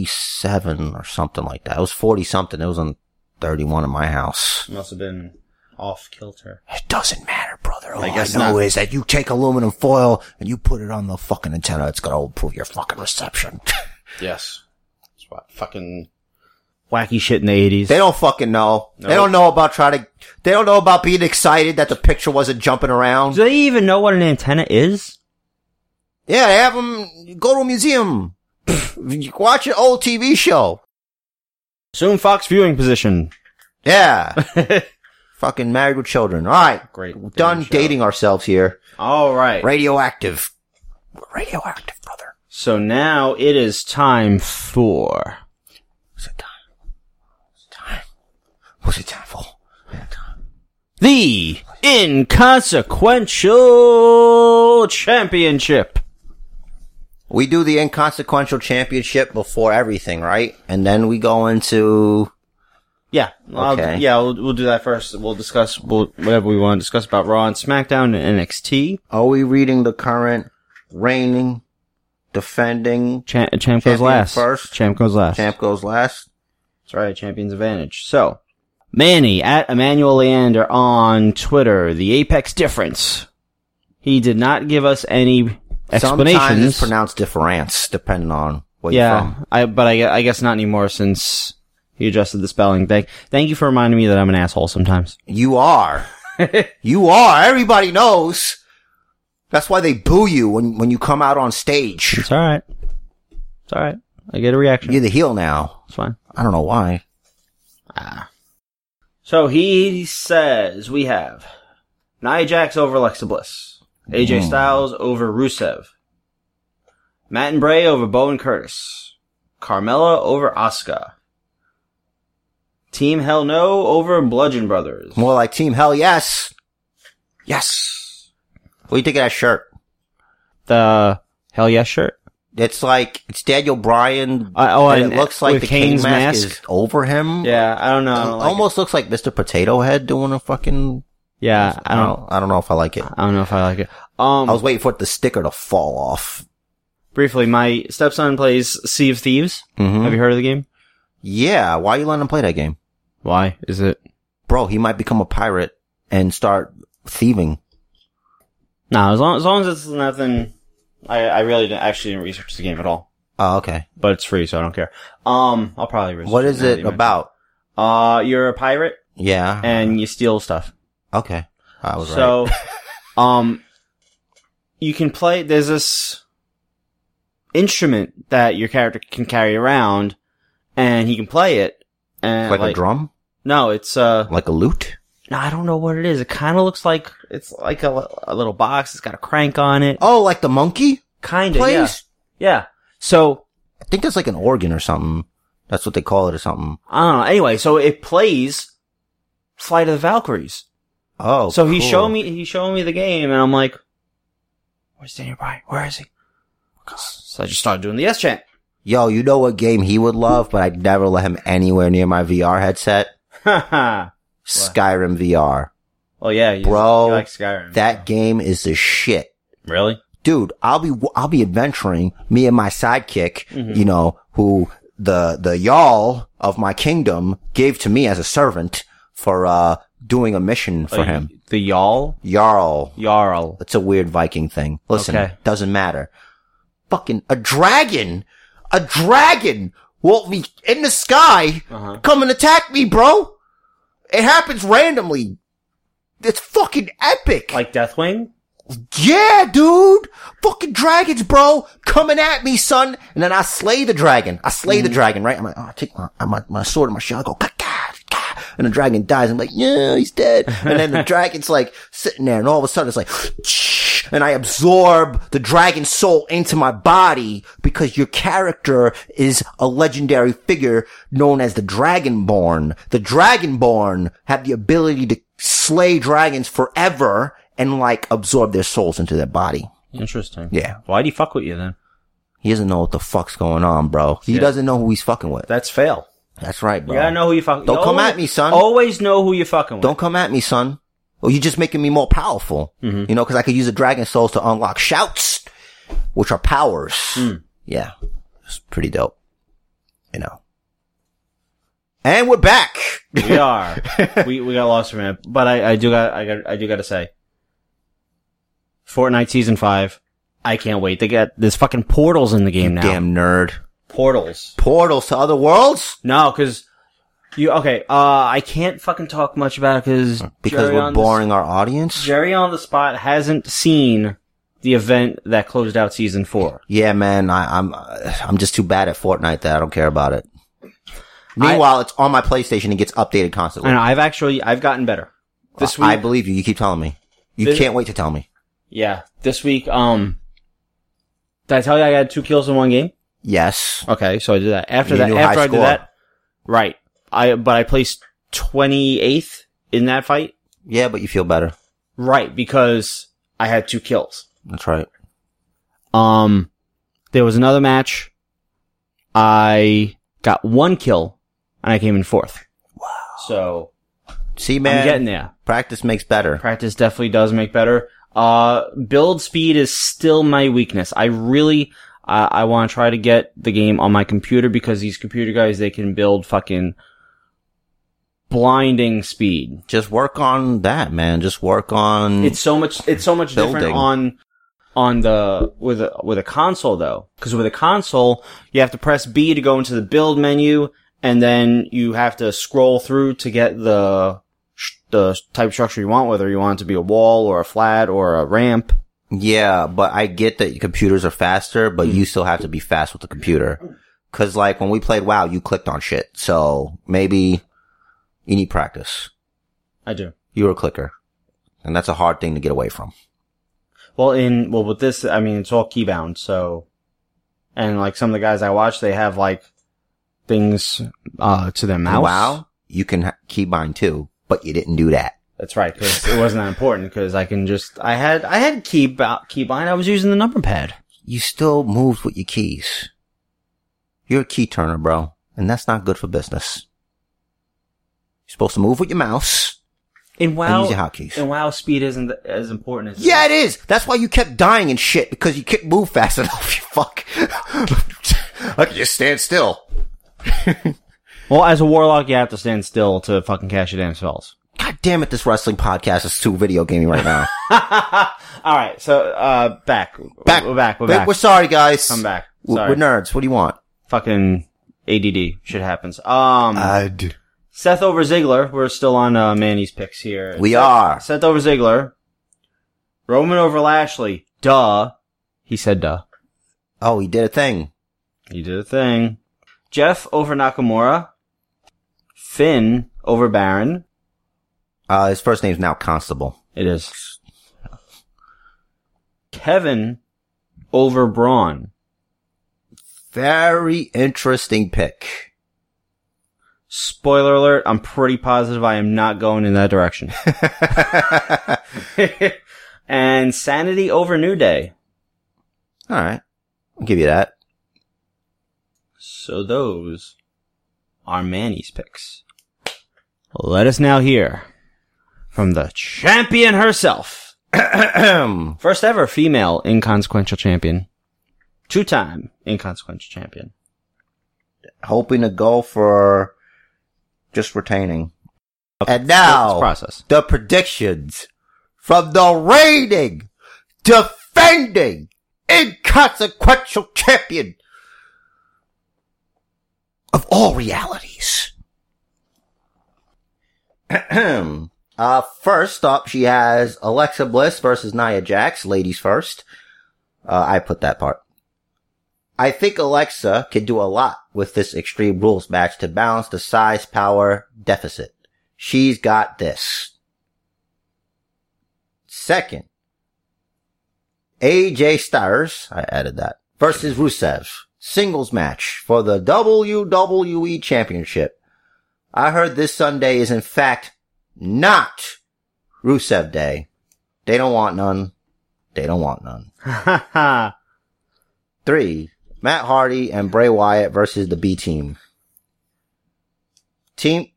47 or something like that. I was 40 something. It was on 31 in my house.
Must have been off kilter.
It doesn't matter, brother. All I,
I guess
know
not.
is that you take aluminum foil and you put it on the fucking antenna. It's gonna improve your fucking reception.
Yes. That's what fucking wacky shit in the 80s.
they don't fucking know. They
Nope.
don't know about trying to, they don't know about being excited that the picture wasn't jumping around.
Do they even know what an antenna is?
Yeah, they have them go to a museum. You Watch an old TV show.
Soon Fox viewing position.
Yeah. Fucking married with children. All right.
Great damn
Done
show.
dating ourselves here.
All right.
Radioactive. We're radioactive, brother.
So now it is time for.
What's it time? What's it time? What's it time for?
The Inconsequential Championship.
We do the inconsequential championship before everything, right? And then we go into
Yeah. I'll-
Okay.
yeah, we'll, we'll do that first. We'll discuss we'll, whatever we want to discuss about Raw and SmackDown and NXT.
are we reading the current reigning, defending
Cha- champ
Champion
goes last.
first.
Champ goes last.
champ goes last?
That's right, champion's advantage. So, Manny at Emmanuel Leander on Twitter, the apex difference. He did not give us any
Sometimes it's
explanations.
pronounced difference, depending on where you're from.
yeah, I, but I, gue- I guess not anymore since he adjusted the spelling. Thank, thank you for reminding me that I'm an asshole sometimes.
You are. you are. Everybody knows. That's why they boo you when, when you come out on stage.
It's all right. It's all right. I get a reaction.
You're the heel now.
It's fine.
I don't know why.
Ah. So he says we have Nia Jax over Alexa Bliss, AJ Styles over Rusev, Matt and Bray over Bo and Curtis, Carmella over Asuka, Team Hell No over Bludgeon Brothers,
More like Team Hell Yes. Yes. What do you think of that shirt?
The Hell Yes shirt?
It's like it's Daniel Bryan.
Uh, oh,
and,
and
it looks like
with
the cane
Kane's
mask,
mask?
is over him.
Yeah, I don't know. I
It
don't like it.
almost looks like Mr. Potato Head doing a fucking.
Yeah, I
I
don't.
don't. I don't know if I like it.
I don't know if I like it. Um,
I was waiting for the sticker to fall off.
briefly, my stepson plays Sea of Thieves.
Mhm.
Have you heard of the game?
Yeah, why you letting him play that game,
Why is it?
bro? He might become a pirate and start thieving.
Nah, as long as, long as it's nothing. I I really didn't, actually didn't research the game at all,
Oh, okay.
but it's free, so I don't care. Um, I'll probably research.
What is
now that
it
you mention
about?
Uh, you're a pirate
Yeah.
and you steal stuff.
okay. I was right.
So, um, you can play, there's this instrument that your character can carry around and he can play it. And
Like, a drum,
No, it's, uh,
like a lute.
no, I don't know what it is. It kind of looks like, it's like a, a little box. It's got a crank on it.
Oh, like the monkey
kind of,
plays.
yeah. Yeah. So,
I think that's like an organ or something. That's what they call it or something.
I don't know. Anyway, so it plays Flight of the Valkyries.
Oh,
so he
cool.
showed me he showed me the game, and I'm like, "Where's Daniel Bryan? Where is he?" So I just started doing the yes chant.
Yo, you know what game he would love, but I'd never let him anywhere near my VR headset?
well,
Skyrim VR.
Oh, yeah, you,
Bro,
you like Skyrim.
That game is the shit.
really?
Dude, I'll be, I'll be adventuring, me and my sidekick, you know, who the, the y'all of my kingdom gave to me as a servant for, uh, doing a mission for
Like,
him.
the Jarl,
Jarl.
Jarl.
It's a weird Viking thing. Listen,
Okay.
doesn't matter. Fucking a dragon, a dragon will be in the sky,
Uh-huh.
come and attack me, bro. It happens randomly. It's fucking epic.
Like Deathwing?
yeah, dude. Fucking dragons, bro, coming at me, son. And then I slay the dragon. I slay the dragon, right? I'm like, oh, I take my, my, my sword and my shield. I go, "Ka, ka, ka," and the dragon dies. I'm like, yeah, he's dead. And then the dragon's like sitting there and all of a sudden it's like, and I absorb the dragon's soul into my body because your character is a legendary figure known as the Dragonborn. The Dragonborn have the ability to slay dragons forever and like absorb their souls into their body.
Interesting.
Yeah.
Why'd he fuck with you then?
He doesn't know what the fuck's going on, bro. He
Yeah.
doesn't know who he's fucking with.
That's fail.
That's right, bro.
You gotta know who you fucking.
Don't
you
come
always-
at me, son.
Always know who you fucking with.
Don't come at me, son. Or you're just making me more powerful.
Mm-hmm.
You know, because I could use the dragon souls to unlock shouts, which are powers.
Mm.
Yeah, it's pretty dope. You know. And we're back.
We are. we we got lost for a minute, but I, I do got I got I do got to say, Fortnite season five. I can't wait. They got there's fucking portals in the game now.
Damn nerd.
portals.
Portals to other worlds
No, because you okay. Uh, I can't fucking talk much about it cause
because
Jerry
we're
on the-
boring our audience.
Jerry on the spot hasn't seen the event that closed out season four.
Yeah, man, I, I'm uh, I'm just too bad at Fortnite that I don't care about it. Meanwhile, it's on my PlayStation and gets updated constantly.
And I've actually I've gotten better this week.
I believe you. You keep telling me. You
This-
can't wait to tell me.
yeah, this week. Um, did I tell you I got two kills in one game?
Yes.
Okay, so I did that. After
You
that,
knew
after
high
I
score.
did that, right? I but I placed twenty eighth in that fight,
Yeah, but you feel better.
right? Because I had two kills.
That's right.
Um, there was another match. I got one kill, and I came in fourth. Wow! So
See,
I'm getting
man,
there.
practice makes better.
Practice definitely does make better. Uh, build speed is still my weakness. I really, uh, I want to try to get the game on my computer because these computer guys, they can build fucking blinding speed.
Just work on that, man. Just work on.
It's so much, it's so much different
Hmm. Building.
on, on the, with a, with a console though. Cause with a console, you have to press B to go into the build menu and then you have to scroll through to get the, the type of structure you want, whether you want it to be a wall or a flat or a ramp.
yeah, but I get that computers are faster, but
Mm.
you still have to be fast with the computer. Cause like when we played WoW, you clicked on shit. So maybe you need practice.
I do.
You're a clicker. And that's a hard thing to get away from.
Well, in well with this, I mean it's all keybound, so and like some of the guys I watch, they have like things uh to their
And
mouse.
WoW, you can ha- keybind too, but you didn't do that.
That's right, 'cause it wasn't that important. Because I can just I had I had key ba- key bind. I was using the number pad.
You still moved with your keys. You're a key turner, bro, and that's not good for business. You're supposed to move with your mouse.
In WoW,
use your hotkeys.
In WoW, speed isn't as important as
Yeah, it is. That's why you kept dying and shit because you couldn't move fast enough. You fuck. I could just stand still.
Well, as a warlock, you have to stand still to fucking cast your damn spells.
God damn it! This wrestling podcast is too video gaming right now.
All right, so uh, back,
Back,
we're back, we're
Wait,
back,
We're sorry, guys.
I'm back.
W-
Sorry,
We're nerds. What do you want?
fucking ADD shit happens. Um,
I'd.
Seth over Ziggler. We're still on uh, Manny's picks here.
We
Seth-
are.
Seth over Ziggler. Roman over Lashley. Duh. He said duh.
Oh, he did a thing.
He did a thing. Jeff over Nakamura. Finn over Baron.
Uh, his first name's now Constable.
It is. Kevin over Braun.
Very interesting pick.
Spoiler alert, I'm pretty positive I am not going in that direction.
All
and Sanity over New Day.
right, I'll give you that.
So those are Manny's picks. Let us now hear from the champion herself.
Ahem.
First ever female inconsequential champion. Two time inconsequential champion.
Hoping to go for just retaining. And
It's a
now
process.
the predictions from the reigning, defending, inconsequential champion of all realities. Ahem. uh, first up, she has Alexa Bliss versus Nia Jax, ladies first. Uh, I put that part. I think Alexa could do a lot with this Extreme Rules match to balance the size power deficit. She's got this. Second, AJ Styles, I added that, versus Rusev. Singles match for the WWE Championship. I heard this Sunday is in fact not Rusev Day. They don't want none. They don't want none.
Ha ha.
Three, Matt Hardy and Bray Wyatt versus the B team. Team,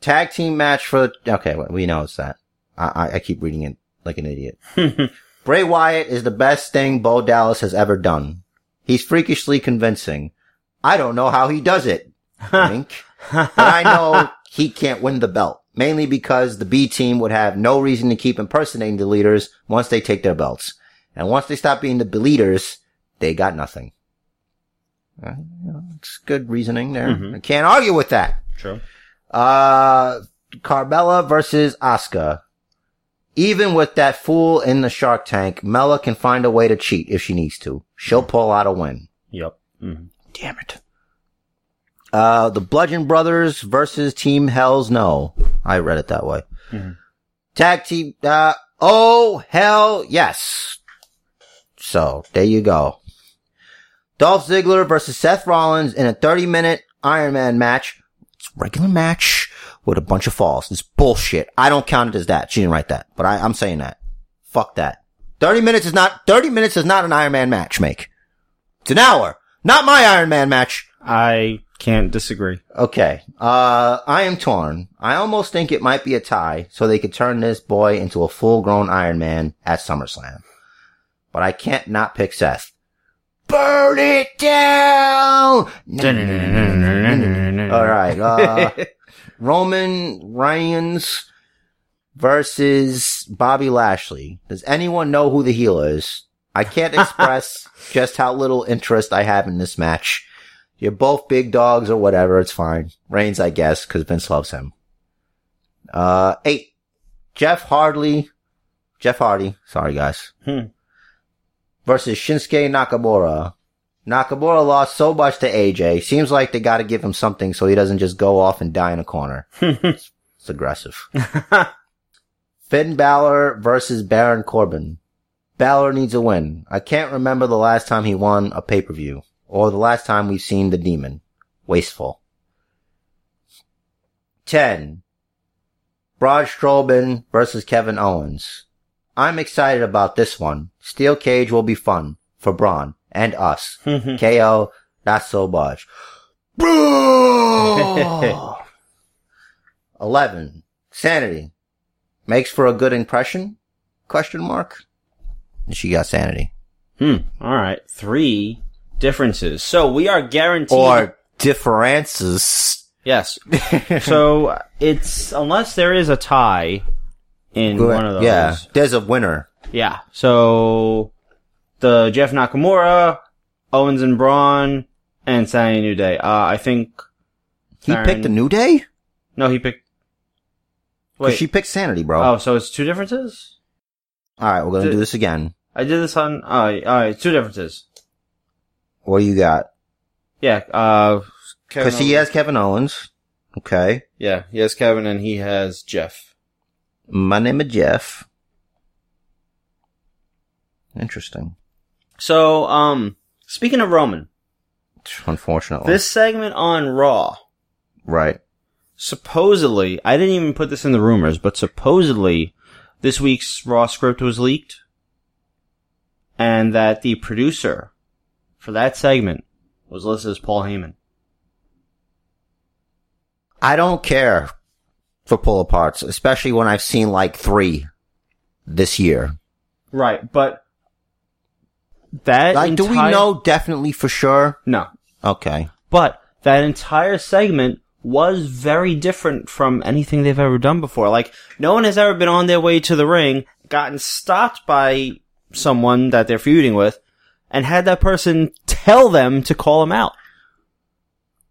tag team match for, okay, well, we know it's that. I, I, I keep reading it like an idiot. Bray Wyatt is the best thing Bo Dallas has ever done. He's freakishly convincing. I don't know how he does it. Wink. but I know he can't win the belt, mainly because the B team would have no reason to keep impersonating the leaders once they take their belts. And once they stop being the leaders, they got nothing. Uh, you know, It's good reasoning there. I can't argue with that.
True.
Uh, Carmella versus Asuka. Even with that fool in the shark tank, Mella can find a way to cheat if she needs to. She'll pull out a win.
Yep. Mhm.
Damn it. Uh, the Bludgeon Brothers versus Team Hells No. I read it that way. Tag team, uh, oh hell yes. So, there you go. Dolph Ziggler versus Seth Rollins in a 30 minute Iron Man match. It's a regular match with a bunch of falls. It's bullshit. I don't count it as that. She didn't write that, but I, I'm saying that. Fuck that. 30 minutes is not, 30 minutes is not an Iron Man match, make. It's an hour. Not my Iron Man match.
I can't disagree.
Okay. Uh, I am torn. I almost think it might be a tie, so they could turn this boy into a full grown Iron Man at SummerSlam. But I can't not pick Seth. Burn it down! All right. Uh, Roman Reigns versus Bobby Lashley. Does anyone know who the heel is? I can't express just how little interest I have in this match. You're both big dogs or whatever. It's fine. Reigns, I guess, because Vince loves him. Uh, eight. Jeff Hardy. Jeff Hardy. Sorry, guys.
Hmm.
Versus Shinsuke Nakamura. Nakamura lost so much to AJ. Seems like they gotta give him something so he doesn't just go off and die in a corner. it's, it's aggressive. Finn Balor versus Baron Corbin. Balor needs a win. I can't remember the last time he won a pay-per-view. Or the last time we've seen the demon. Wasteful. 10. Braun Strowman versus Kevin Owens. I'm excited about this one. Steel cage will be fun for Braun and us.
Mm-hmm.
KO, not so much. Boo! 11. Sanity. Makes for a good impression? Question mark. She got sanity.
Hmm. All right. Three differences. So we are guaranteed.
Or differences.
yes. so it's unless there is a tie in one of those.
Yeah. There's a winner.
Yeah. So the Jeff Nakamura, Owens and Braun, and Sanity New Day. Uh, I think
He
Aaron-
picked a new day?
no, he picked.
Cause
Wait.
she picked sanity, bro.
oh, so it's two differences.
Alright, we're gonna
Did-
do this again.
I did this on. Oh, all right. Two differences.
What do you got?
Yeah. Uh, Kevin
Cause he
Owens-
has Kevin Owens. Okay.
Yeah, he has Kevin and he has Jeff.
My name is Jeff. Interesting.
So, um, speaking of Roman,
Unfortunately.
this segment on Raw,
right.
supposedly, I didn't even put this in the rumors, but supposedly, this week's Raw script was leaked, and that the producer for that segment was listed as Paul Heyman.
I don't care for pull aparts, especially when I've seen like three this year.
Right, but that
Like, do we
entire-
know definitely for sure?
No,
Okay.
But that entire segment was very different from anything they've ever done before. Like, no one has ever been on their way to the ring, gotten stopped by someone that they're feuding with, and had that person tell them to call him out.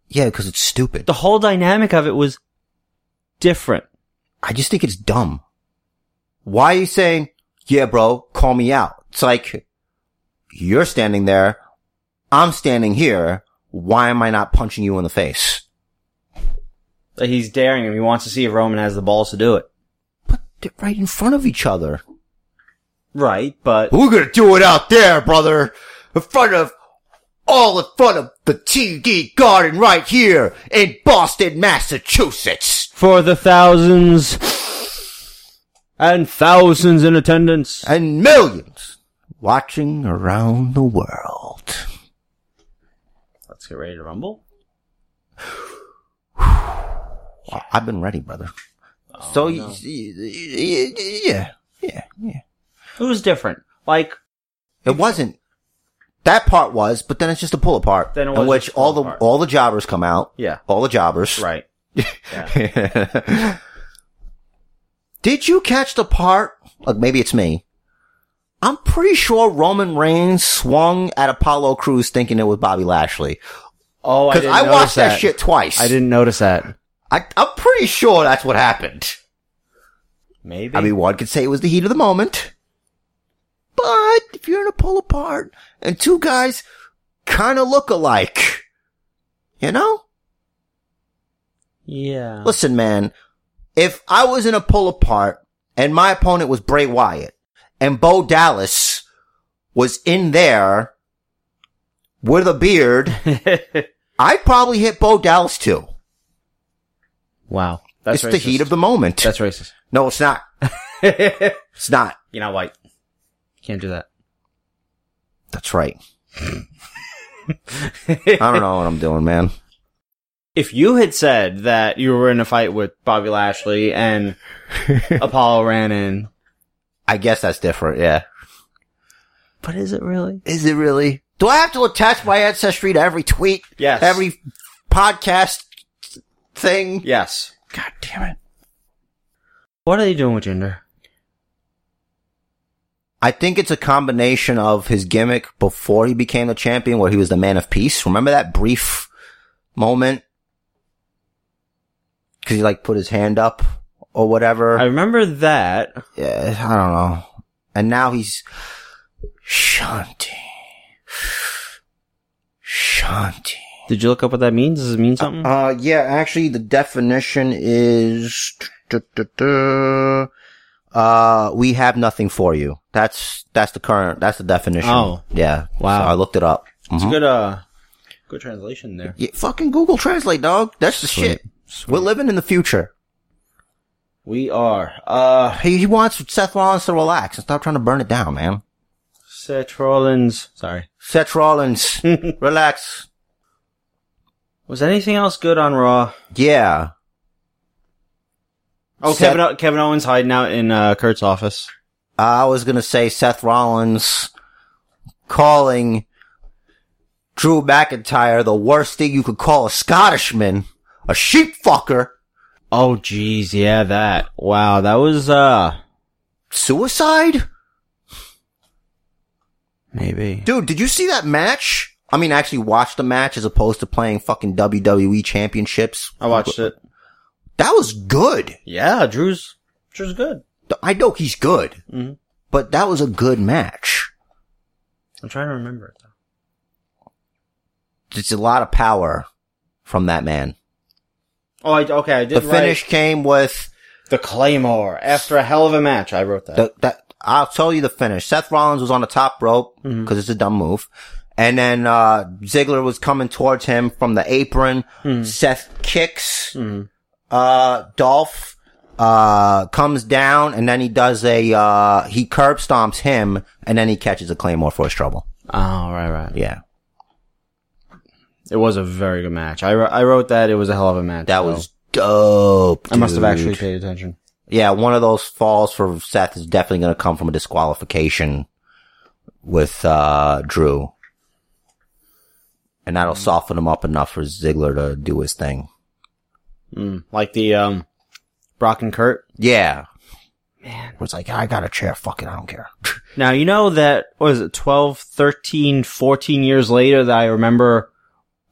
Yeah, because it's stupid.
The whole dynamic of it was different.
I just think it's dumb. Why are you saying, yeah, bro, call me out? It's like, you're standing there. I'm standing here. Why am I not punching you in the face?
Like, he's daring him. He wants to see if Roman has the balls to do it.
But they're right in front of each other.
Right, but
We're gonna do it out there, brother! In front of, all in front of the TD Garden right here in Boston, Massachusetts!
for the thousands and thousands in attendance.
And millions watching around the world.
Let's get ready to rumble.
Well, I've been ready, brother. so,
Oh,
y- y- y- y- yeah, yeah, yeah.
It was different. Like,
It wasn't. That part was, but then it's just a pull apart.
Then it
in
was
which
just a
all the
pull-apart.
all the jobbers come out.
yeah,
All the jobbers.
right.
Did you catch the part? Like maybe it's me. I'm pretty sure Roman Reigns swung at Apollo Cruz thinking it was Bobby Lashley.
Oh,
Because I, watched that. shit twice.
I didn't notice that.
I, I'm pretty sure that's what happened.
Maybe.
I mean, one could say it was the heat of the moment. But if you're in a pull apart and two guys kind of look alike, you know?
yeah.
Listen, man, if I was in a pull apart and my opponent was Bray Wyatt and Bo Dallas was in there with a beard, I'd probably hit Bo Dallas too.
wow. That's
it's the heat of the moment.
That's racist.
no, it's not. It's not.
You're not white. Can't do that.
That's right. I don't know what I'm doing, man.
If you had said that you were in a fight with Bobby Lashley and Apollo ran in,
I guess that's different, yeah.
but is it really?
Is it really? Do I have to attach my ancestry to every tweet?
Yes.
Every podcast thing?
Yes.
God damn it.
What are they doing with gender?
I think it's a combination of his gimmick before he became the champion where he was the man of peace. Remember that brief moment? Cause he like put his hand up or whatever.
I remember that.
yeah, I don't know. And now he's Shanti. Shanti.
Did you look up what that means? Does it mean something?
Uh, yeah, actually, the definition is, uh, we have nothing for you. That's, that's the current, that's the definition.
Oh.
Yeah.
Wow.
So I looked it up.
it's a
Mhm.
good, uh, good translation there.
Yeah, fucking Google Translate, dog. That's the
Sweet.
shit. We're living in the future.
We are. Uh,
He, he wants Seth Rollins to relax and stop trying to burn it down, man.
Seth Rollins. Sorry.
Seth Rollins, relax.
Was anything else good on Raw?
Yeah.
Oh,
Seth-
Kevin, Kevin Owens hiding out in uh, Kurt's office.
I was gonna say Seth Rollins calling Drew McIntyre the worst thing you could call a Scottishman, a sheep fucker,
Oh, jeez, yeah, that. Wow, that was uh,
suicide.
maybe.
Dude, did you see that match? I mean, actually watch the match as opposed to playing fucking WWE championships.
I watched it.
That was good.
Yeah, Drew's Drew's good.
I know he's good,
Mhm.
but that was a good match.
I'm trying to remember it though.
It's a lot of power from that man.
Oh, I, okay, I
The
did
finish came with
write the Claymore after a hell of a match. I wrote that.
the, that. I'll tell you the finish. Seth Rollins was on the top rope because
Mhm.
it's a dumb move. And then, uh, Ziggler was coming towards him from the apron. Seth kicks.
Mhm.
uh, Dolph, uh, comes down and then he does a, uh, he curb stomps him and then he catches a claymore for his trouble.
Oh, right, right.
Yeah.
It was a very good match. I, wr- I wrote that. It was a hell of a match.
That
so
was dope.
I must have
dude.
actually paid attention.
Yeah, one of those falls for Seth is definitely going to come from a disqualification with, uh, Drew. And that'll soften him up enough for Ziggler to do his thing.
Mm. Like the um, Brock and Kurt.
Yeah. Man. It's like, I got a chair. Fuck it. I don't care.
Now, you know that, what is it, 12, 13, 14 years later that I remember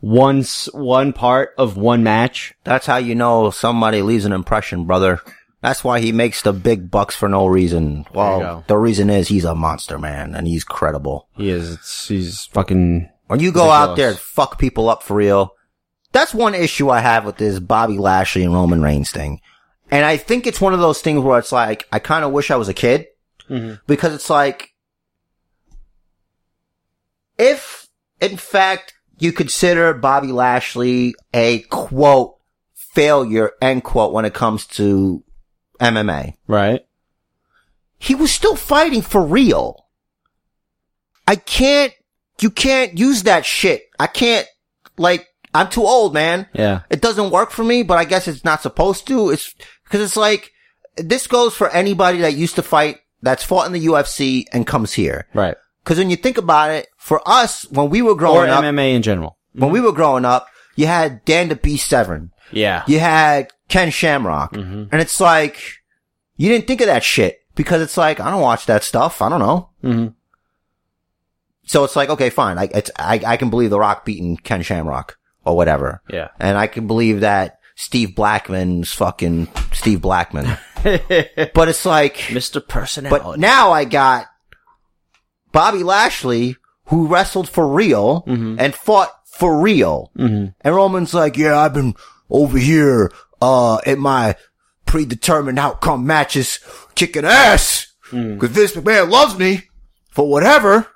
one, s- one part of one match?
That's how you know somebody leaves an impression, brother. That's why he makes the big bucks for no reason. Well,
go.
the reason is he's a monster man and he's credible.
He is, it's, he's fucking,
When you go out
Ridiculous.
there and fuck people up for real, that's one issue I have with this Bobby Lashley and Roman Reigns thing. And I think it's one of those things where it's like, I kind of wish I was a kid
Mm-hmm.
because it's like, if in fact you consider Bobby Lashley a quote failure end quote when it comes to MMA,
right?
he was still fighting for real. I can't, you can't use that shit. I can't, like, I'm too old, man.
Yeah.
It doesn't work for me, but I guess it's not supposed to. It's, cause it's like, this goes for anybody that used to fight, that's fought in the UFC and comes here.
Right.
Cause when you think about it, for us, when we were
Or
growing up,
MMA in general.
when we were growing up, you had Dan the Beast Severn.
Yeah. Mm-hmm.
You had Ken Shamrock. And it's like, you didn't think of that shit because it's like, I don't watch that stuff. I don't know.
Mhm.
So it's like, okay, fine. I, it's, I, I can believe The Rock beating Ken Shamrock or whatever.
Yeah.
And I can believe that Steve Blackman's fucking Steve Blackman. but it's like,
Mr. Personality.
but now I got Bobby Lashley, who wrestled for real and fought for real. And Roman's like, yeah, I've been over here, uh, at my predetermined outcome matches, kicking ass. Cause Vince McMahon loves me for whatever.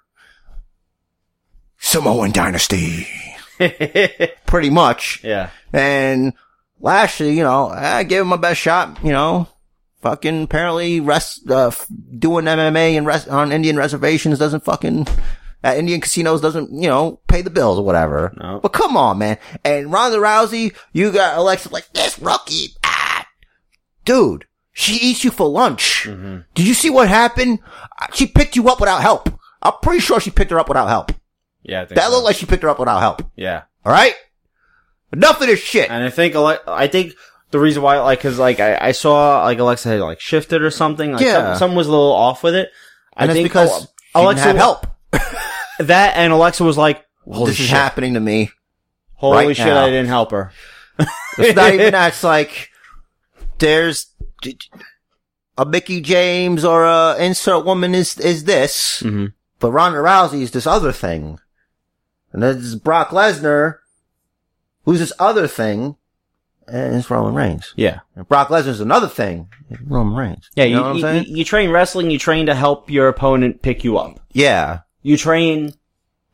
Samoan dynasty. Pretty much.
Mm-hmm. yeah.
And Lashley, you know, I gave him my best shot, you know, fucking apparently rest, uh, f- doing MMA and rest on Indian reservations doesn't fucking, at Indian casinos doesn't, you know, pay the bills or whatever.
No.
But come on, man. And Ronda Rousey, you got Alexa like, this rookie, ah, dude, she eats you for lunch.
Mm-hmm.
Did you see what happened? Uh, She picked you up without help. I'm pretty sure she picked her up without help.
Yeah. I think
That
so.
looked like she picked her up without help.
Yeah.
All right. Enough of this shit.
And I think, Ale- I think the reason why, like, cause like, I, I saw, like, Alexa had, like, shifted or something. Like,
Yeah.
some, something was a little off with it. I
and it's
think
because
Al-
she
Alexa
didn't have help.
That and Alexa was like, holy
this
shit.
is happening to me.
holy
right
shit,
now.
I didn't help her.
It's not even that. It's like there's a Mickey James or a insert woman is is this,
Mhm.
but Ronda Rousey is this other thing, and then there's Brock Lesnar, who's this other thing, and it's Roman Reigns.
Yeah.
And Brock Lesnar's another thing, it's Roman Reigns.
Yeah,
you,
you,
know what I'm
you,
saying?
you, you train wrestling, you train to help your opponent pick you up.
yeah,
You train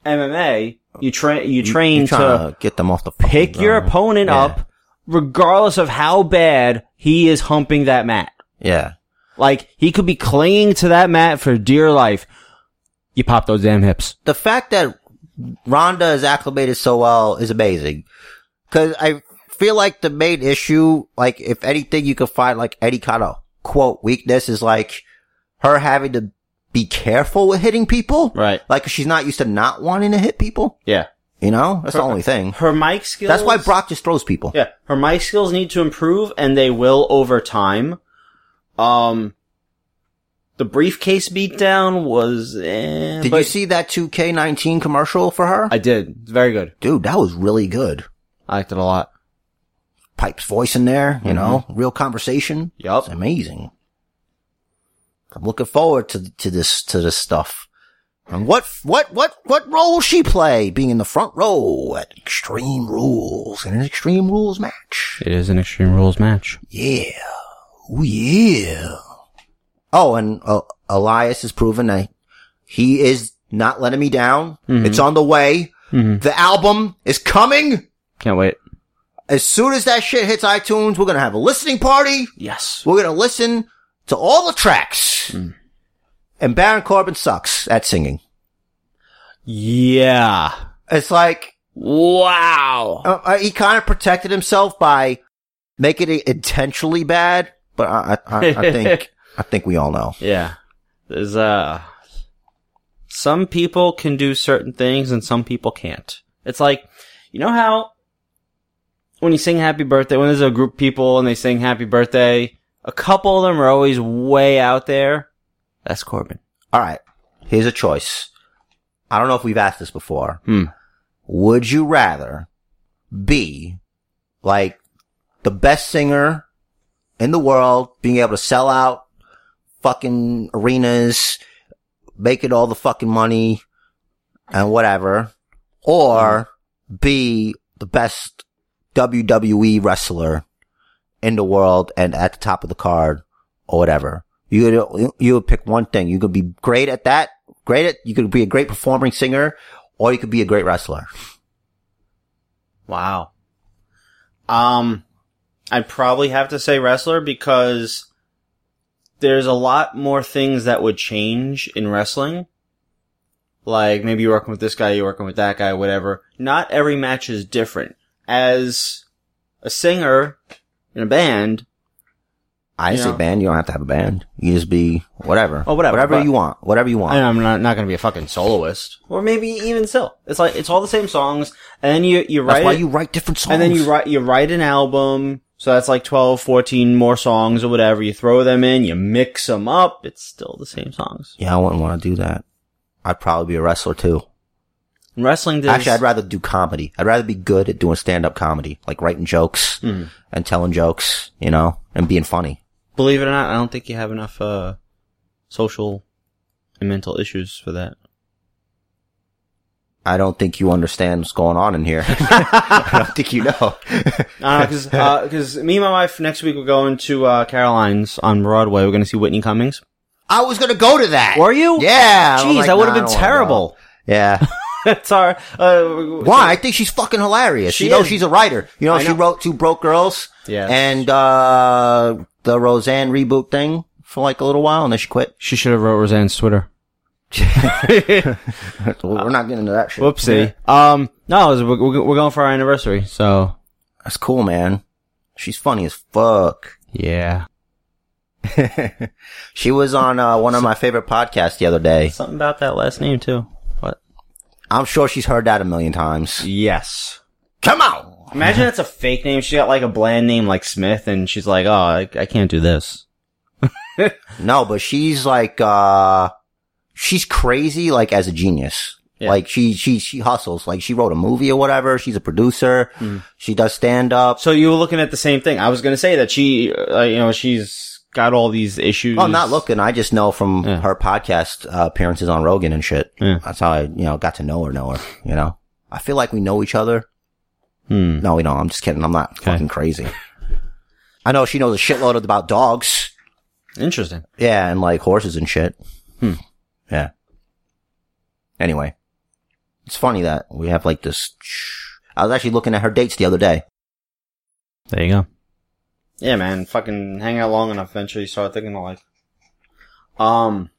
MMA, you train you
You-
train
you're
to,
trying to, get them off the fucking
pick your
ground.
opponent
Yeah.
up regardless of how bad he is humping that mat.
Yeah.
Like he could be clinging to that mat for dear life. You pop those damn hips.
The fact that Ronda is acclimated so well is amazing. Cause I feel like the main issue, like if anything you can find like any kind of quote weakness is like her having to be careful with hitting people.
Right.
Like she's not used to not wanting to hit people.
Yeah.
You know? That's the only thing.
Her mic skills.
That's why Brock just throws people.
Yeah, her mic skills need to improve, and they will over time. Um, the briefcase beatdown was. Eh,
Did
but-
you see that 2K19 commercial for her?
I did. It's very good.
Dude, that was really good.
I liked it a lot.
Pipe's voice in there, you know,
Mm-hmm.
real conversation.
Yup.
It's amazing. I'm looking forward to to this to this stuff. And what what what what role will she play? Being in the front row at Extreme Rules in an Extreme Rules match.
It is an Extreme Rules match.
Yeah. Oh yeah. Oh, and uh, Elias has proven that he is not letting me down. It's on the way.
Mm-hmm.
The album is coming.
Can't wait.
As soon as that shit hits iTunes, we're gonna have a listening party.
Yes.
We're gonna listen to all the tracks. And Baron Corbin sucks at singing.
Yeah.
It's like
Wow.
uh, uh, he kind of protected himself by making it intentionally bad, but I, I, I, I think I think we all know.
Yeah. There's uh some people can do certain things and some people can't. It's like you know how when you sing happy birthday when there's a group of people and they sing happy birthday, a couple of them are always way out there. That's Corbin.
All right, here's a choice. I don't know if we've asked this before.
Hmm.
Would you rather be like the best singer in the world, being able to sell out fucking arenas, making all the fucking money and whatever, or be the best WWE wrestler in the world and at the top of the card or whatever. You would, you would pick one thing. You could be great at that, great at, you could be a great performing singer, or you could be a great wrestler.
Wow. Um, I'd probably have to say wrestler because there's a lot more things that would change in wrestling. Like maybe you're working with this guy, you're working with that guy, whatever. Not every match is different. As a singer in a band,
I didn't
Yeah.
say band. You don't have to have a band. You just be whatever.
Oh, whatever,
Whatever
but-
you want. Whatever you want.
and I'm not, not gonna be a fucking soloist. Or maybe even so. It's like, it's all the same songs, and then you, you write
That's why
it-
you write different songs.
And then you write you write an album, so that's like 12, 14 more songs or whatever. You throw them in, you mix them up. It's still the same songs.
Yeah, I wouldn't want to do that. I'd probably be a wrestler too.
And wrestling does
Actually, I'd rather do comedy. I'd rather be good at doing stand-up comedy, like writing jokes
Hmm.
and telling jokes, you know, and being funny.
believe it or not, I don't think you have enough uh, social and mental issues for that.
I don't think you understand what's going on in here. I don't think you know.
Because uh, me and my wife next week we're going to uh, Caroline's on Broadway. We're going to see Whitney Cummings.
I was gonna go to that.
Were you?
Yeah. I was
Jeez,
like,
that would have
nah,
been
I don't wanna go.
terrible.
Yeah.
It's our uh,
Why? I think she's fucking hilarious.
She
you know,
is.
she's a writer. You know,
I
she
know.
wrote Two Broke Girls.
Yes.
And, uh, the Roseanne reboot thing for like a little while and then she quit.
She should have wrote Roseanne's Twitter. Uh,
We're not getting into that shit.
Whoopsie. Um, no, it was- we're, we're we're going for our anniversary, so
That's cool, man. She's funny as fuck.
yeah.
She was on, uh, one of my favorite podcasts the other day.
Something about that last name too. What?
I'm sure she's heard that a million times.
Yes.
Come on!
Imagine that's a fake name. She got like a bland name like Smith, and she's like, "Oh, I, I can't do this."
No, but she's like, uh, she's crazy, like as a genius.
Yeah.
Like she, she, she hustles. Like she wrote a movie or whatever. She's a producer.
Mm-hmm.
She does stand up.
So you were looking at the same thing. I was gonna say that she, uh, you know, she's got all these issues.
Well, Oh, I'm not looking. I just know from
Yeah.
her podcast uh, appearances on Rogan and shit.
Yeah.
That's how I, you know, got to know her, know her, you know? I feel like we know each other.
Hmm.
No, we don't. I'm just kidding. I'm not fucking crazy. I know she knows a shitload about dogs.
Interesting.
Yeah, and like horses and shit.
Hmm.
Yeah. Anyway, it's funny that we have like this. I was actually looking at her dates the other day.
There you go. Yeah, man. Fucking hang out long enough, eventually you start thinking alike. Um,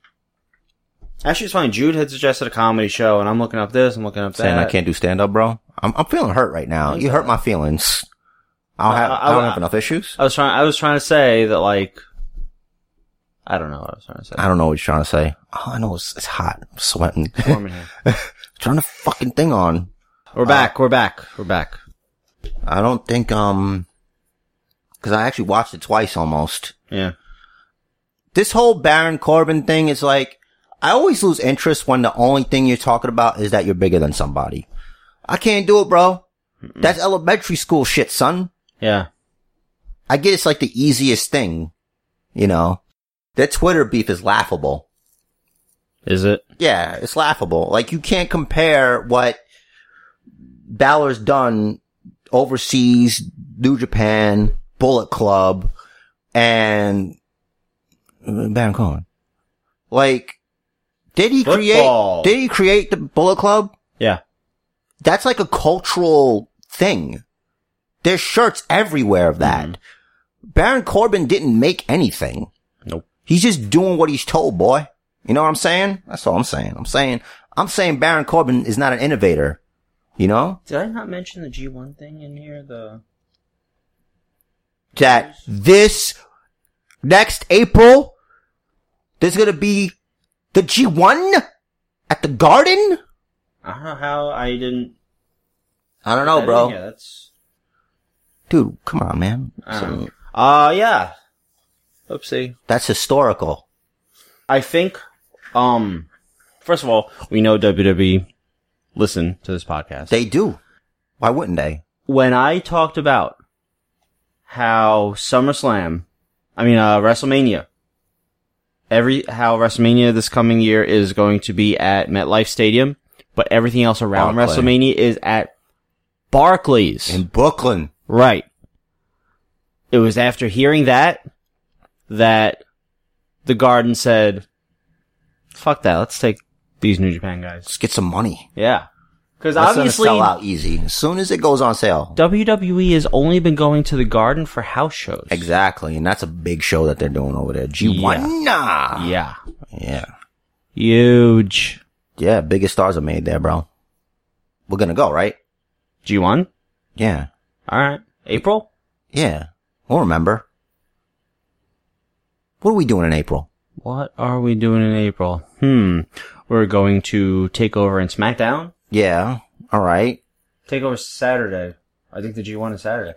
actually, it's funny. Jude had suggested a comedy show, and I'm looking up this, I'm looking up that.
Saying I can't do stand up, bro. I'm I'm feeling hurt right now.
Why is
You hurt
that?
my feelings. I don't
I-
have
I-
I don't
I-
have enough issues.
I was trying. I was trying to say that, like, I don't know what I was trying to say.
I don't know what you're trying to say. All I know is it's hot. I'm sweating.
It's warm in here.
Turn the fucking thing on.
We're back. We're back. We're back.
I don't think um, because I actually watched it twice almost.
Yeah.
This whole Baron Corbin thing is like I always lose interest when the only thing you're talking about is that you're bigger than somebody. I can't do it, bro. That's elementary school shit, son.
Yeah.
I get it's like the easiest thing, you know. That Twitter beef is laughable.
Is it?
Yeah, it's laughable. Like you can't compare what Balor's done overseas, New Japan, Bullet Club, and uh, Baron Cohen. Like, did he
Football.
create? Did he create the Bullet Club?
Yeah.
That's like a cultural thing. There's shirts everywhere of that. Baron Corbin didn't make anything.
Mm-hmm. Nope.
He's just doing what he's told, boy. You know what I'm saying? That's all I'm saying. I'm saying, I'm saying Baron Corbin is not an innovator. You know?
Did I not mention the G1 thing in here? The
That this next April, there's gonna be the G1 at the Garden?
I don't know how I didn't.
I don't know, Oh, bro.
that's.
Dude, come on, man.
I
So,
don't know. Uh, yeah. Oopsie.
that's historical.
I think, um, first of all, we know WWE listen to this podcast.
They do. Why wouldn't they?
when I talked about how SummerSlam, I mean, uh, WrestleMania, every, how WrestleMania this coming year is going to be at MetLife Stadium, but everything else around
Barclay.
WrestleMania is at Barclays.
In Brooklyn.
Right. It was after hearing that that the garden said, "Fuck that. Let's take these New Japan guys."
Let's get some money.
Yeah, because
That's gonna
obviously
sell out easy. As soon as it goes on sale.
WWE E has only been going to the garden for house shows.
Exactly, and that's a big show that they're doing over there. G one, nah,
Yeah,
yeah,
huge.
yeah. Biggest stars are made there, bro. We're gonna go, right?
G one.
Yeah,
All right, April.
yeah. We'll remember. What are we doing in April?
What are we doing in April? Hmm. We're going to take over in SmackDown.
Yeah, all right.
Take over Saturday. I think the G one is Saturday.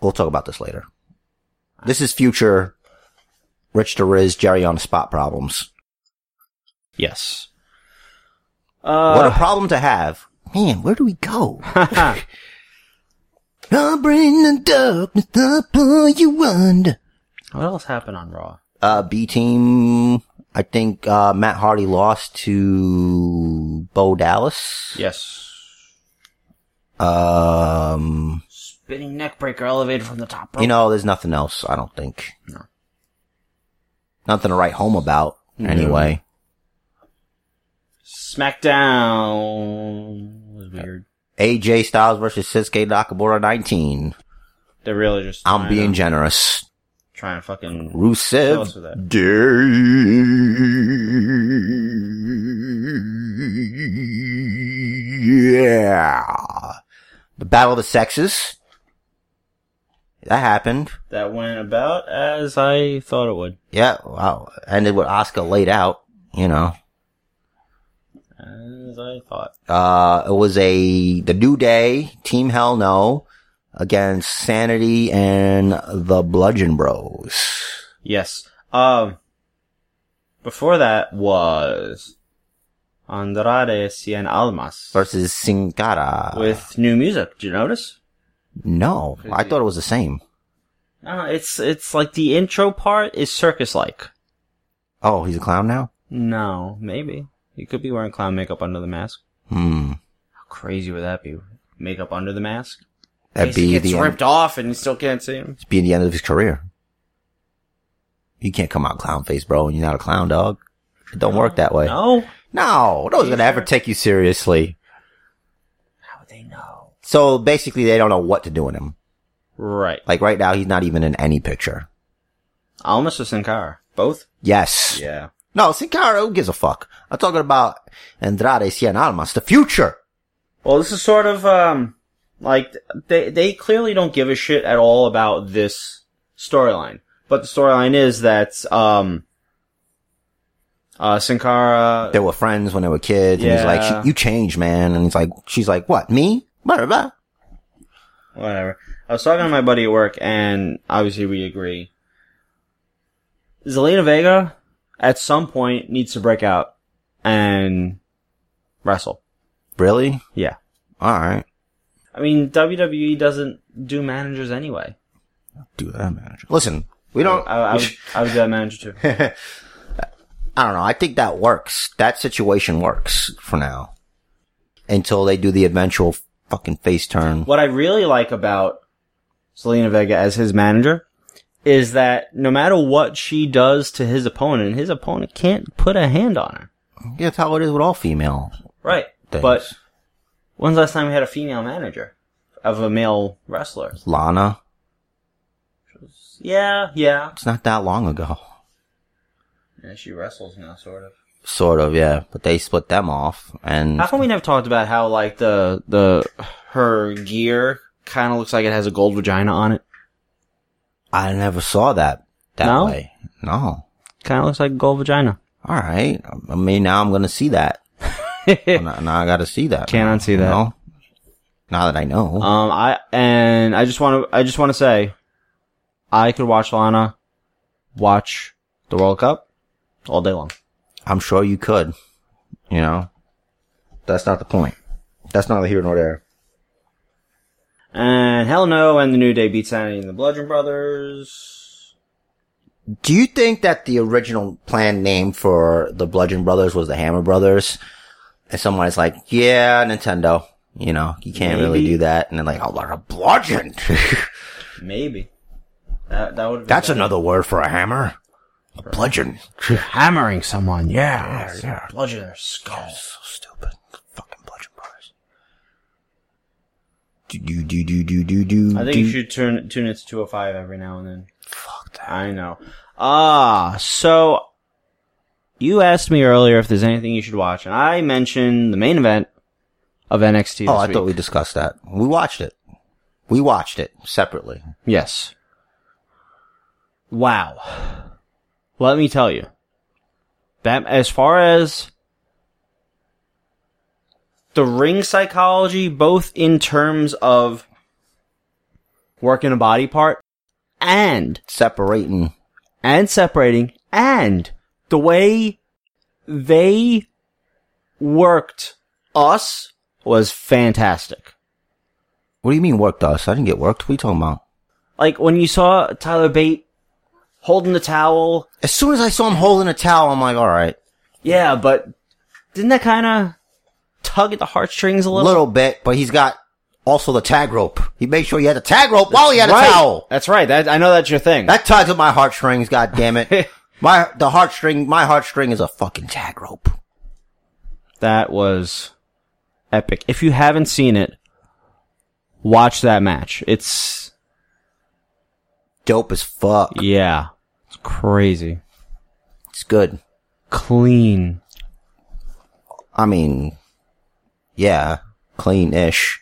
We'll talk about this later. This is future Rich to Riz Jerry on the spot problems.
Yes. Uh,
what a problem to have, man. Where do we go? I'll bring the darkness upon you under.
What else happened on Raw?
uh, B team. I think uh, Matt Hardy lost to Bo Dallas.
Yes.
Um,
Spinning neck breaker elevated from the top rope.
you know, there's nothing else. I don't think. No. Nothing to write home about. Anyway,
SmackDown was weird.
AJ Styles versus Shinsuke Nakamura 19.
They're really just
I'm
trying
being
to,
generous.
trying to fucking Tell us
Rusev
that.
Day. Yeah. The Battle of the Sexes. That happened.
That went about as I thought it would.
Yeah. Wow. Ended what Oscar laid out. You know,
As I thought.
uh, it was a the New Day Team Hell No against Sanity and the Bludgeon Bros.
Yes. Um. Before that was Andrade Cien Almas
versus Sin Cara.
with new music. Did you notice?
no, I thought it was the same.
No, Uh, it's it's like the intro part is circus like.
Oh, he's a clown now.
No, maybe. He could be wearing clown makeup under the mask.
Hmm.
How crazy would that be? Makeup under the mask?
That'd
He
be
gets
the end,
ripped off and you still can't see him.
be the end of his career. You can't come out clown face, bro, and you're not a clown dog. It don't work that way. No,
No?
no one's gonna ever take you seriously.
How would they know?
So basically, they don't know what to do with him.
Right.
Like right now, he's not even in any picture.
Almas or Sin Cara? Both?
Yes.
Yeah.
No, Sin Cara, who gives a fuck? I'm talking about Andrade Cien Almas, the future.
Well, this is sort of um like they they clearly don't give a shit at all about this storyline. But the storyline is that um uh Sin Cara
They were friends when they were kids, and he's
Yeah.
like, "You changed, man." And he's like, "She's like, what? Me? Blah blah." blah.
whatever. I was talking to my buddy at work and obviously we agree. Zelina Vega at some point needs to break out and wrestle.
Really?
Yeah.
All right.
I mean WWE doesn't do managers anyway.
Do that, manager. Listen, we don't.
I, I, would, I would do that manager too.
I don't know. I think that works. That situation works for now. Until they do the eventual fucking face turn.
What I really like about Selena Vega as his manager is that no matter what she does to his opponent, his opponent can't put a hand on her.
That's how it is with all female
Right.
things.
But when's the last time we had a female manager of a male wrestler?
Lana,
Yeah, yeah.
it's not that long ago.
Yeah, she wrestles now, sort of.
Sort of, yeah. But they split them off, and
How come we never talked about how like the the her gear kind of looks like it has a gold vagina on it?
I never saw that that
No?
way. No.
Kind of looks like a gold vagina.
All right. I mean, now I'm gonna see that. now, now I gotta see that.
Can't unsee
You
that.
know? Now that I know.
Um, I and I just want to I just want to say, I could watch Lana watch the World Cup all day long.
I'm sure you could. You know? That's not the point. That's neither here nor there.
And hell no, and the New Day beats Sanity and the Bludgeon Brothers.
Do you think that the original planned name for the Bludgeon Brothers was the Hammer Brothers? And someone is like, yeah, Nintendo. You know, you can't really
Maybe.
do that. And then like, oh, like a bludgeon.
Maybe that that would
That's another word for a hammer. A bludgeon.
hammering someone. Yeah, bludgeon their skull.
So stupid. Fucking Bludgeon Brothers. Do, do, do, do, do, do, do.
I think
do.
you should turn tune it to 205 every now and then.
Fuck that.
I know. Ah, so you asked me earlier if there's anything you should watch, and I mentioned the main event of NXT. This
Oh, I
week.
thought we discussed that. We watched it. We watched it separately.
Yes. Wow. Let me tell you. That as far as the ring psychology, both in terms of working a body part and
Separating.
and separating and the way they worked us was fantastic.
What do you mean worked us? I didn't get worked. What are you talking about?
Like when you saw Tyler Bate holding the towel
As soon as I saw him holding a towel, I'm like, all right,
Yeah, but didn't that kind of tug at the heartstrings a
a
little?
little bit, but he's got also the tag rope. He made sure he had the tag rope while he had a
Right.
towel.
That's right. That I know that's your thing.
That ties up my heartstrings. God damn it. my the heartstring. My heartstring is a fucking tag rope.
that was epic. If you haven't seen it, watch that match. It's
Dope as fuck.
yeah, it's crazy,
It's good.
clean.
I mean, yeah, clean ish.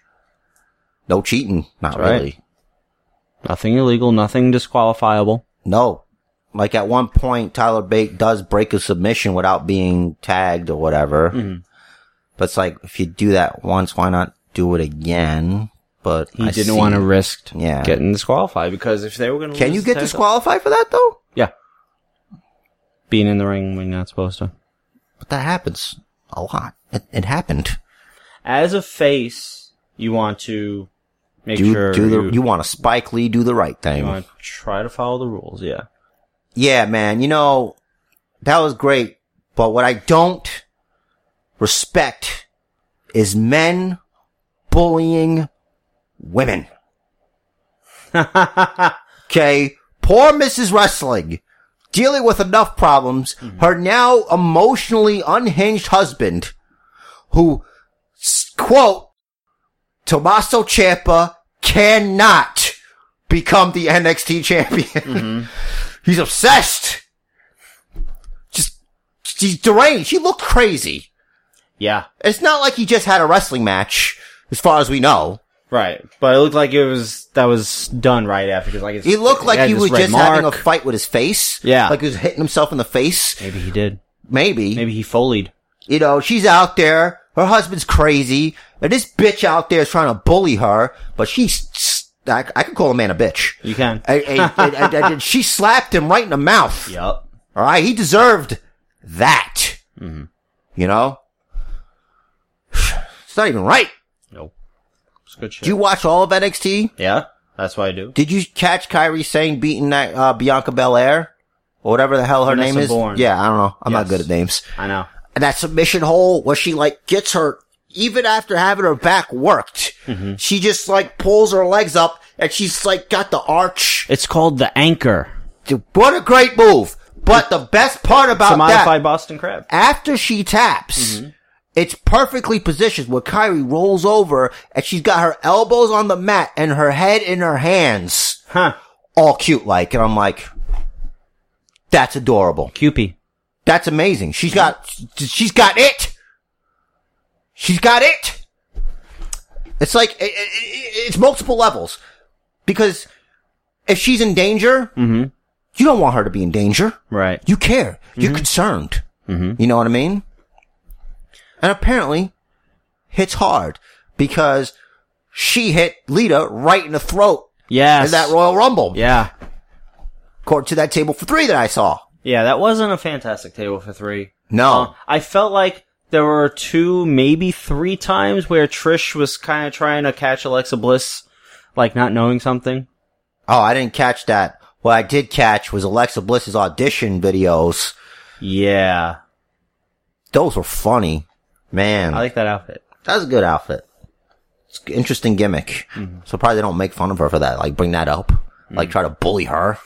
No cheating. Not
That's right.
really.
Nothing illegal. Nothing disqualifiable.
No. Like at one point, Tyler Bate does break a submission without being tagged or whatever.
Mm-hmm.
But it's like, if you do that once, why not do it again? But
He didn't want to risk
Yeah.
getting disqualified because if they were going to,
Can you get disqualified for that though?
Yeah, being in the ring when you're not supposed to.
But that happens a lot. It, it happened.
As a face, you want to make
Do,
sure
do the,
you
you, want to Spike Lee do the right thing.
You want to try to follow the rules, yeah.
yeah, man, you know, that was great. But what I don't respect is men bullying women. okay. Poor Mrs. Wrestling dealing with enough problems. Her now emotionally unhinged husband who s- quote, Tommaso Ciampa cannot be become the NXT champion. He's obsessed. Just, he's deranged. He looked crazy.
Yeah.
It's not like he just had a wrestling match, as far as we know.
Right. But it looked like it was, that was done right after. Cause like it's,
He looked like
had
he
this
was
red
just having a
mark.
fight with his face.
Yeah.
Like he was hitting himself in the face.
Maybe he did.
Maybe.
Maybe he foleyed.
You know, she's out there. Her husband's crazy. And this bitch out there is trying to bully her, but she's, I, I could call a man a bitch.
You can.
And- and- and- and- and she slapped him right in the mouth.
Yup.
All right. He deserved that.
Mm-hmm.
You know? It's not even right.
Nope. It's good shit.
Did you watch all of NXT?
yeah. That's what I do.
Did you catch Kyrie saying beating that, uh, Bianca Belair? Or whatever the hell her
Vanessa
name is?
Bourne.
Yeah, I don't know. I'm not
Yes.
good at names.
I know.
and that submission hole where she like gets her, even after having her back worked,
Mm-hmm.
she just like pulls her legs up and she's like got the arch.
It's called the anchor.
Dude, What a great move. But the best part
It's a
about
modified
that,
Boston crab.
after she taps, it's perfectly positioned where Kyrie rolls over and she's got her elbows on the mat and her head in her hands,
Huh.
all cute like, and I'm like, that's adorable.
Cupid.
That's amazing. She's got, she's got it. She's got it. It's like, it, it, it- it's multiple levels. Because if she's in danger, you don't want her to be in danger.
Right.
You care.
Mm-hmm.
You're concerned. You know what I mean? And apparently, hits hard because she hit Lita right in the throat
Yes.
in that Royal Rumble.
Yeah.
According to that table for three that I saw.
Yeah, that wasn't a fantastic table for three.
No.
Uh, I felt like there were two, maybe three times where Trish was kind of trying to catch Alexa Bliss, like not knowing something.
Oh, I didn't catch that. What I did catch was Alexa Bliss's audition videos.
Yeah,
Those were funny. Man,
I like that outfit.
that was a good outfit. It's an interesting gimmick. Surprised they don't make fun of her for that. Like, bring that up. Like, try to bully her.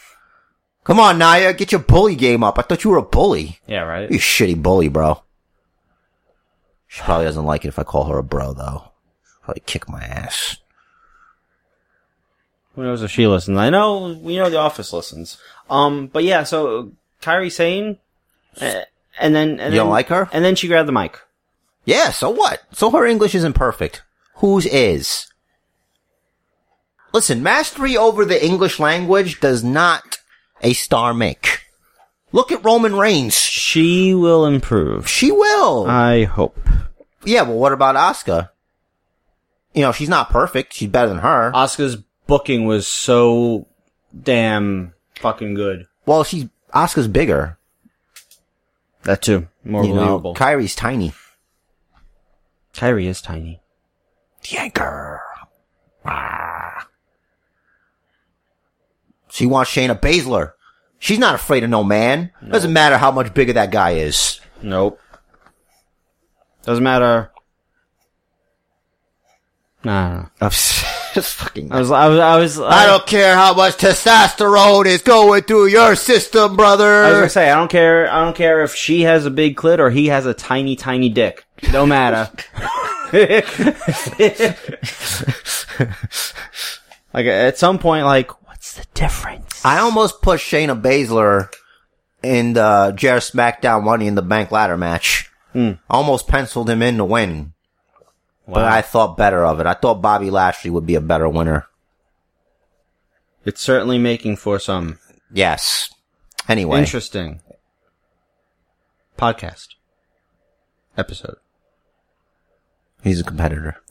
Come on, Naya, get your bully game up. I thought you were a bully.
Yeah, right.
You shitty bully, bro. She probably doesn't like it if I call her a bro, though. She'll probably kick my ass.
Who knows if she listens? I know we know the office listens. Um, but yeah, so Kyrie Sane, uh, and then and
You don't
then-
like her?
and then she grabbed the mic.
Yeah, so what? So her English isn't perfect. Whose is? Listen, mastery over the English language does not a star make. Look at Roman Reigns.
She will improve.
She will.
I hope.
yeah, well, what about Asuka? You know, she's not perfect. She's better than her.
Oscar's booking was so damn fucking good.
well, she's, Asuka's bigger.
That too, more
You know,
believable.
Kyrie's tiny.
Kyrie is tiny.
The anchor. Ah. She wants Shayna Baszler. She's not afraid of no man. Doesn't matter how much bigger that guy is.
Nope. Doesn't matter. Nah, I don't know.
I'm just fucking.
I was, I was, I was,
I don't care how much testosterone is going through your system, brother.
I was gonna say, I don't care, I don't care if she has a big clit or he has a tiny, tiny dick. No matter. like at some point, like what's the difference?
I almost pushed Shayna Baszler in the Jarrett SmackDown Money in the Bank ladder match. I almost penciled him in to win, but I thought better of it. I thought Bobby Lashley would be a better winner.
it's certainly making for some
Yes. Anyway,
interesting podcast episode.
he's a competitor.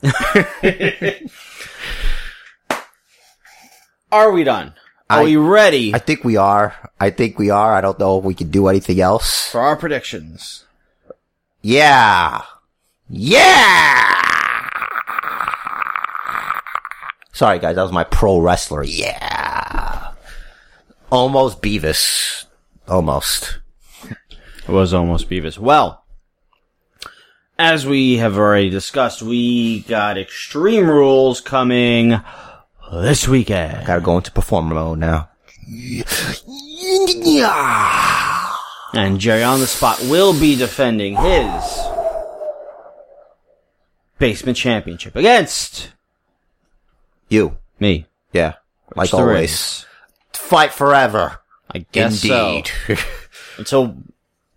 Are we done? Are
I-
we ready
I think we are. I think we are. I don't know if we can do anything else.
for our predictions?
Yeah. Yeah. Sorry guys, that was my pro wrestler. Yeah. Almost Beavis. Almost.
It was almost Beavis. Well, as we have already discussed, we got Extreme Rules coming this weekend.
Gotta go into performer mode now. Yeah.
And Jerry on the Spot will be defending his Basement Championship against
You.
me.
Yeah. like
there
always.
is.
Fight forever.
I guess so. Until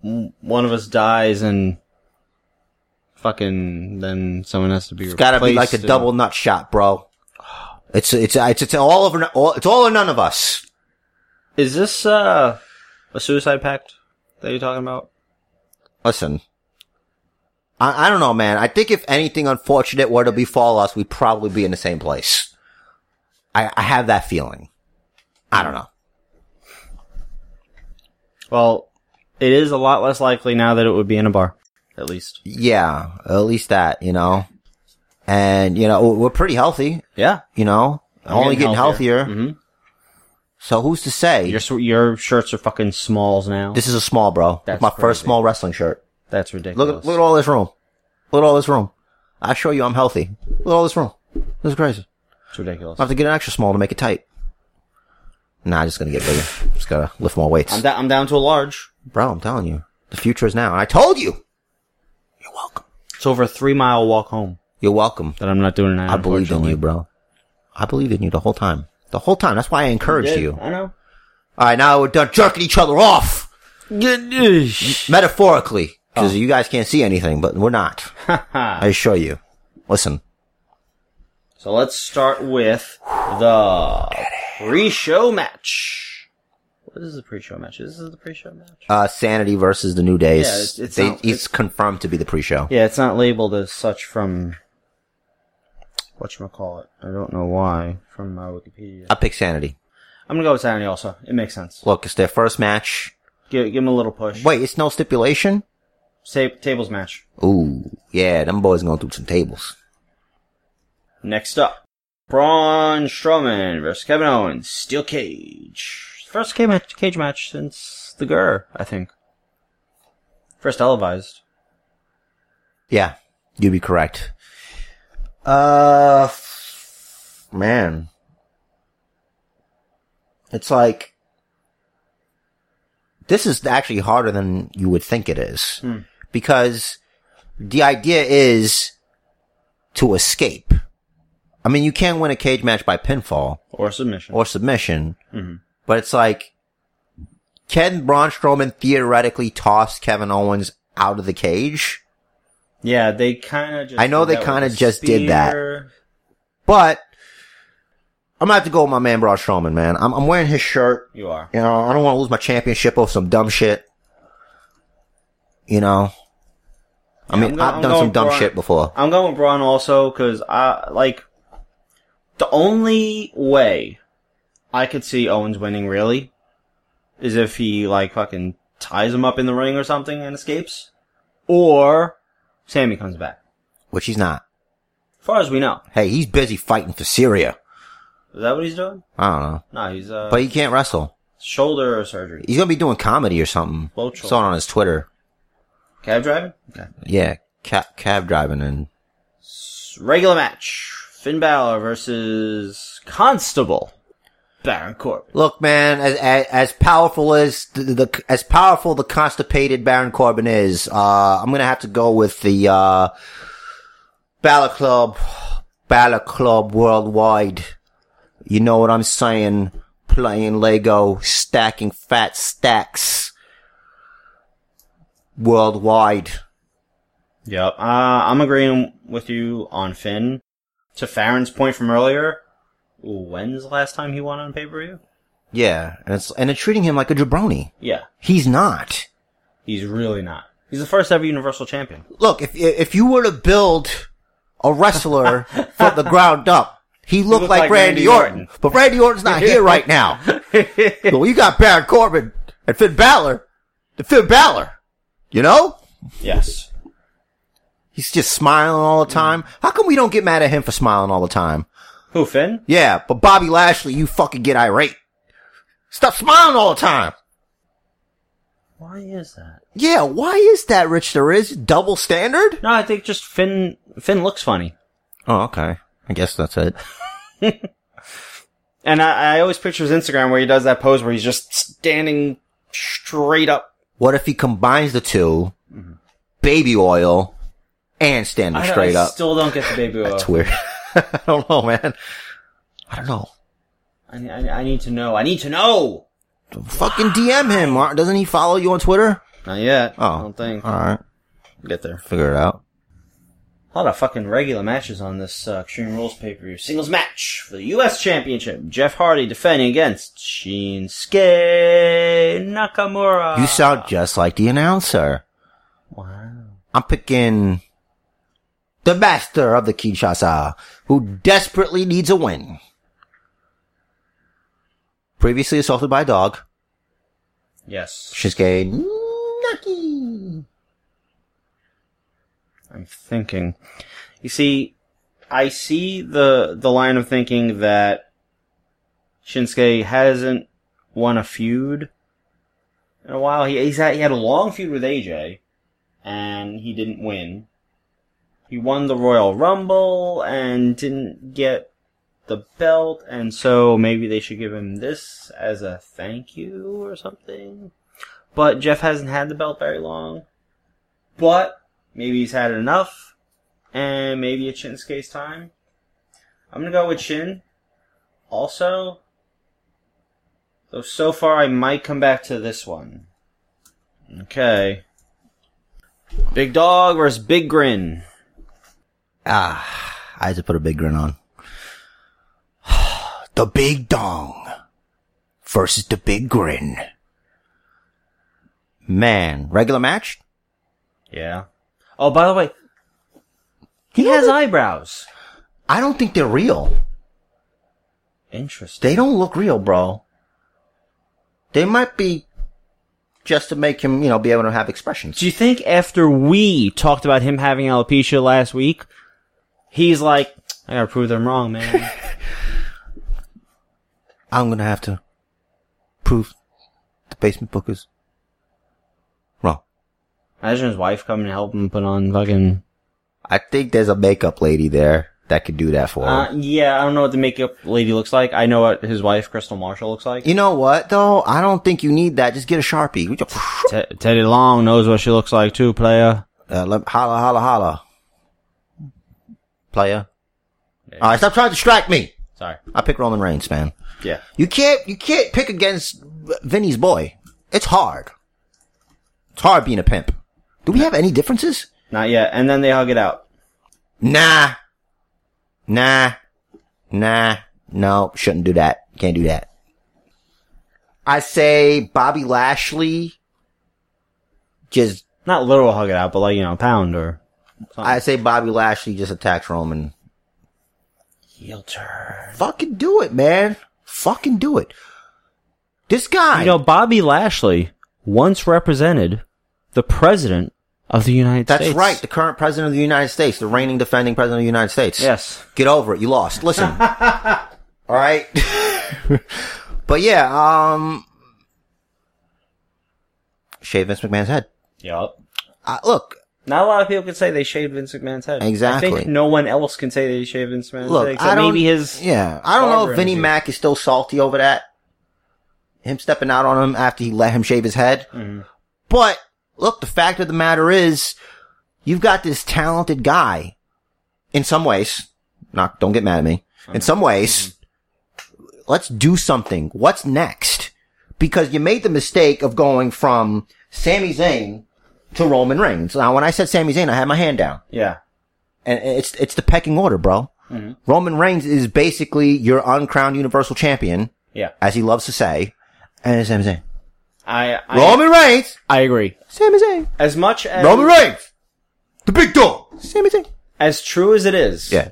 m- one of us dies and fucking then someone has to be
It's gotta be like a
replaced and-
double nut shot, bro. It's it's it's it's all over. All, it's all or none of us.
Is this uh, a suicide pact that you're talking about?
Listen, I I don't know, man. I think if anything unfortunate were to befall us, we'd probably be in the same place. I I have that feeling. I don't know.
Well, it is a lot less likely now that it would be in a bar, at least.
Yeah, at least that you know. And you know we're pretty healthy.
Yeah,
You know, only getting healthier.
Mhm.
So who's to say?
Your sw- your shirts are fucking smalls now.
this is a small, bro.
That's
my first
crazy.
small wrestling shirt.
That's ridiculous.
Look at look at all this room. Look at all this room. I show you I'm healthy. Look at all this room. This is crazy.
it's ridiculous.
I have to get an extra small to make it tight. Nah, I'm just gonna get bigger. just gotta lift more weights.
I'm, da- I'm down to a large.
Bro, I'm telling you. The future is now. And I told you! You're welcome.
It's over a three mile walk home
You're welcome.
that I'm not doing now.
I believed in
unfortunately.
you, bro. I believed in you the whole time. The whole time. That's why I encouraged you.
I know.
Alright, now we're done jerking each other off! Metaphorically.
Oh.
Because you guys can't see anything, but we're not. I assure you. Listen.
so let's start with the pre-show match. What is the pre-show match? This is the pre-show match.
Uh, Sanity versus the New Days.
Yeah, it's- it's
They-
not-
it's confirmed to be the pre-show.
Yeah, it's not labeled as such from whatchamacallit. I don't know why. From uh, Wikipedia.
I pick Sanity.
I'm gonna go with Sanity also. It makes sense.
Look, it's their first match.
Give, give him a little push.
Wait, it's no stipulation?
Sa- tables match.
Ooh, yeah, them boys gonna do some tables.
Next up, Braun Strowman versus Kevin Owens, steel cage. First ca- match- cage match since the Gur, I think. First televised.
Yeah, you'd be correct. Uh, f- man. It's like, this is actually harder than you would think it is. Because the idea is to escape. I mean, you can win a cage match by pinfall
Or submission.
Mm-hmm. or submission,
Mhm.
but it's like, can Braun Strowman theoretically toss Kevin Owens out of the cage?
yeah, they kinda just.
I know
did
they
that with
kinda
the
just did that.
spear.
But I'm gonna have to go with my man Braun Strowman, man. I'm, I'm wearing his shirt.
You are.
You know, I don't want to lose my championship over some dumb shit. You know, I
Yeah,
mean,
I'm go-
I've
I'm
done
going
some dumb
Braun.
shit before.
I'm going with Braun also because I like the only way I could see Owens winning really is if he like fucking ties him up in the ring or something and escapes, or Sammy comes back.
Which he's not.
As far as we know,
Hey, he's busy fighting for Syria.
is that what he's doing?
I don't know,
No, he's uh
but he can't wrestle.
shoulder surgery,
He's gonna be doing comedy or something.
Both
Saw it on his Twitter.
cab driving. Okay.
Yeah, ca- cab driving and
Regular match: Finn Balor versus Constable Baron Corbin.
Look, man, as, as, as powerful as the, the, as powerful the constipated Baron Corbin is, uh, I'm gonna have to go with the, uh, Balor Club, Balor Club Worldwide. You know what I'm saying? Playing Lego, stacking fat stacks. Worldwide.
Yep. Uh, I'm agreeing with you on Finn. To Farron's point from earlier, when's the last time he won on pay per view?
Yeah, and it's, and they're treating him like a jabroni.
Yeah,
He's not.
he's really not. He's the first ever Universal Champion.
look, if if you were to build a wrestler from the ground up, he looked
looked
like,
like
Randy,
Randy
Orton.
Orton.
But Randy Orton's not here right now. well, you got Baron Corbin and Finn Balor. The Finn Balor, you know,
Yes.
he's just smiling all the time. How come we don't get mad at him for smiling all the time?
Who, Finn?
Yeah, but Bobby Lashley, you fucking get irate. Stop smiling all the time.
Why is that?
Yeah, why is that, Rich? There is double standard.
No, I think just Finn. Finn looks funny,
Oh, okay. I guess that's it.
and I, I always picture his Instagram where he does that pose where he's just standing straight up.
What if he combines the 2 baby oil, and standing
Mm-hmm. I don't-
straight
I
up?
Still don't get the baby oil.
That's weird. I don't know, man. I don't know.
I, I, I need to know. I need to know.
Fucking DM him. Mark. Doesn't he follow you on Twitter?
Not yet.
Oh,
I don't think.
All right,
Get there.
figure it out.
A lot of fucking regular matches on this uh, Extreme Rules pay per view. Singles match for the U.S. Championship. Jeff Hardy defending against Shinsuke Nakamura.
You sound just like the announcer.
Wow.
I'm picking the master of the Kinshasa, who desperately needs a win. Previously assaulted by a dog,
Yes.
Shinsuke Naki.
I'm thinking. You see, I see the the line of thinking that Shinsuke hasn't won a feud in a while. He he's had, he had a long feud with AJ, and he didn't win. He won the Royal Rumble and didn't get the belt, and so maybe they should give him this as a thank you or something. But Jeff hasn't had the belt very long. But Maybe he's had enough, and maybe it's Shinsuke's time. I'm gonna go with Shin. Also, though so far I might come back to this one. Okay. Big Dog versus Big Grin.
Ah, I had to put a big grin on. The Big Dong versus the Big Grin. Man, regular match?
Yeah. Oh, by the way, he
You know
has
that-
eyebrows.
I don't think they're real.
Interesting.
They don't look real, bro. They might be just to make him, you know, be able to have expressions.
Do you think after we talked about him having alopecia last week, he's like, I gotta prove them wrong, man.
I'm gonna have to prove the basement book is wrong.
Imagine his wife coming to help him put on fucking.
I think there's a makeup lady there that could do that for him.
Uh, yeah, I don't know what the makeup lady looks like. I know what his wife, Crystal Marshall, looks like.
You know what though? I don't think you need that. Just get a sharpie. We just-
Te- Teddy Long knows what she looks like too, player.
Uh, let, holla, holla, holla. Player. All right, stop trying to distract me.
Sorry.
I pick Roman Reigns, man.
Yeah.
You can't, you can't pick against Vinny's boy. It's hard. It's hard being a pimp. Do we have any differences?
Not yet. And then they hug it out.
Nah. Nah. Nah. No, shouldn't do that. Can't do that. I say Bobby Lashley just,
Not literal hug it out, but like, you know, pound or
I say Bobby Lashley just attacks Roman.
heel turn.
Fucking do it, man. Fucking do it. This guy.
You know, Bobby Lashley once represented the president of the United
That's
States.
right. The current president of the United States, the reigning defending president of the United States.
Yes.
Get over it. You lost. Listen. All right. but yeah, um, shave Vince McMahon's head.
Yup.
Uh, look,
Not a lot of people can say they shaved Vince McMahon's head. I
Exactly.
think no one else can say they shaved Vince McMahon's
look,
head. Except
I don't,
maybe his
yeah, I don't know
barber
if Vinnie
energy.
Mac is still salty over that. Him stepping out on him after he let him shave his head.
Mm-hmm.
But look, the fact of the matter is, you've got this talented guy. In some ways, not don't get mad at me. In some ways, let's do something. What's next? Because you made the mistake of going from Sami Zayn to Roman Reigns. Now, when I said Sami Zayn, I had my hand down
Yeah.
and it's it's the pecking order, bro. Roman Reigns is basically your uncrowned Universal Champion,
Yeah.
as he loves to say, and it's Sami Zayn.
I I,
Roman Reigns,
I agree.
Sami Zayn,
As much as
Roman Reigns, the big dog, Sami Zayn.
as true as it is
Yeah,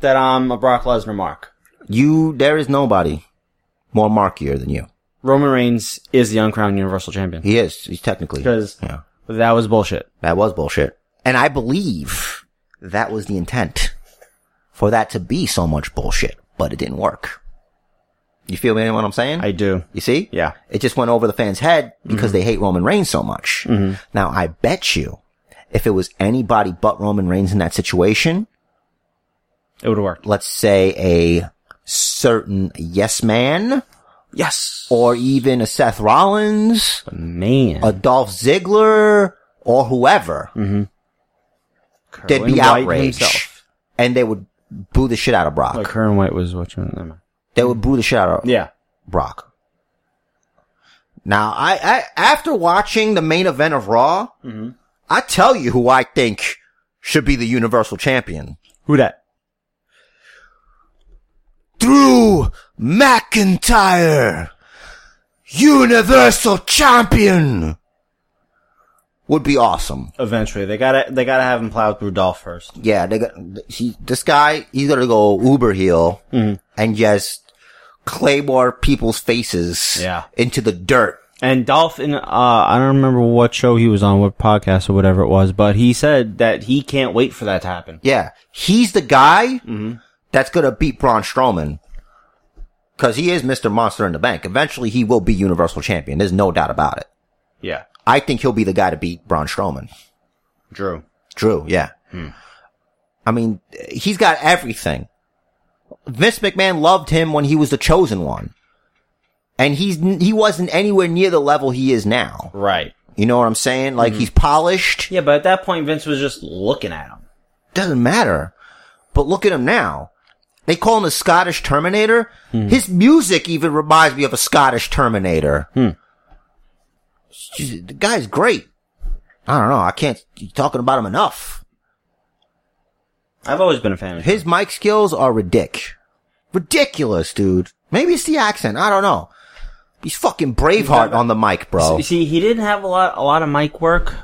that I'm a Brock Lesnar mark,
you. There is nobody more markier than you.
Roman Reigns is the uncrowned Universal Champion.
He is. He's technically.
Because
Yeah,
that was bullshit.
that was bullshit, and I believe that was the intent for that to be so much bullshit, but it didn't work. You feel me? What I'm saying?
I do.
You see?
Yeah.
It just went over the fans' head because they hate Roman Reigns so much. Now, I bet you, if it was anybody but Roman Reigns in that situation,
It would have worked.
let's say a certain yes man,
Yes.
or even a Seth Rollins,
Man.
a Dolph Ziggler, or whoever, they'd
Kerwin
be
White
outraged. And they would boo the shit out of Brock.
Look, Kern White was what you never mind.
They would boo the shit out of
Yeah.
Brock. Now, I, I after watching the main event of Raw, I tell you who I think should be the Universal Champion.
Who that?
Drew McIntyre, Universal Champion, would be awesome.
Eventually, they gotta they gotta have him plow through Dolph first.
Yeah, they got he, this guy. He's gonna go uber heel and just claymore people's faces
Yeah.
into the dirt.
And Dolph, in uh, I don't remember what show he was on, what podcast or whatever it was, but he said that he can't wait for that to happen.
Yeah, he's the guy that's gonna beat Braun Strowman because he is Mister Monster in the Bank. Eventually, he will be Universal Champion. There's no doubt about it.
Yeah,
I think he'll be the guy to beat Braun Strowman.
Drew.
Drew, yeah. I mean, he's got everything. Vince McMahon loved him when he was the chosen one. And he's, he wasn't anywhere near the level he is now.
Right.
You know what I'm saying? Like he's polished.
Yeah, but at that point, Vince was just looking at him.
Doesn't matter. But look at him now. They call him the Scottish Terminator. His music even reminds me of a Scottish Terminator. Jeez, The guy's great. I don't know. I can't keep talking about him enough.
I've always been a fan of him.
His mic skills are ridic. Ridiculous, dude. Maybe it's the accent. I don't know. He's fucking Braveheart on the mic, bro.
You see, he didn't have a lot a lot of mic work.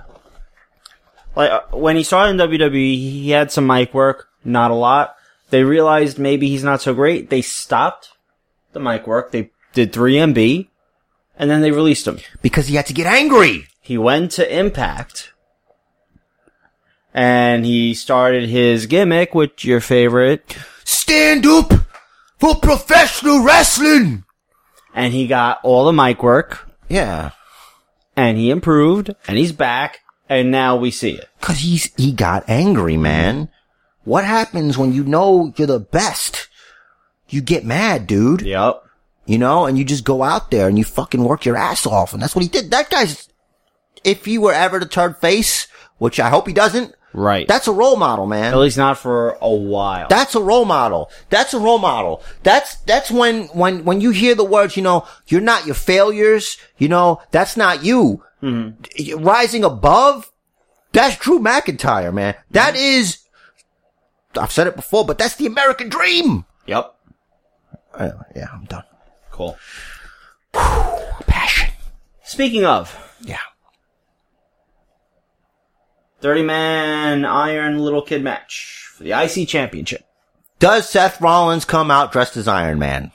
Like uh, when he started in WWE, he had some mic work, not a lot. They realized maybe he's not so great. They stopped the mic work. They did 3MB, and then they released him.
Because he had to get angry.
He went to Impact, and he started his gimmick, which your favorite,
Stand up for professional wrestling.
and he got all the mic work,
Yeah.
and he improved, and he's back, and now we see it.
Cause he's, he got angry, man. What happens when you know you're the best? You get mad, dude.
Yep.
You know, and you just go out there and you fucking work your ass off. And that's what he did. That guy's, if he were ever to turn face, which I hope he doesn't,
Right.
That's a role model, man.
At least not for a while.
That's a role model. That's a role model. That's, that's when, when, when you hear the words, you know, you're not your failures, you know, that's not you. D- Rising above, that's Drew McIntyre, man. That is- I've said it before, but that's the American dream.
yep.
Uh, yeah, I'm done.
Cool.
Passion.
Speaking of,
Yeah.
30 man Iron Little Kid match for the IC Championship.
Does Seth Rollins come out dressed as Iron Man?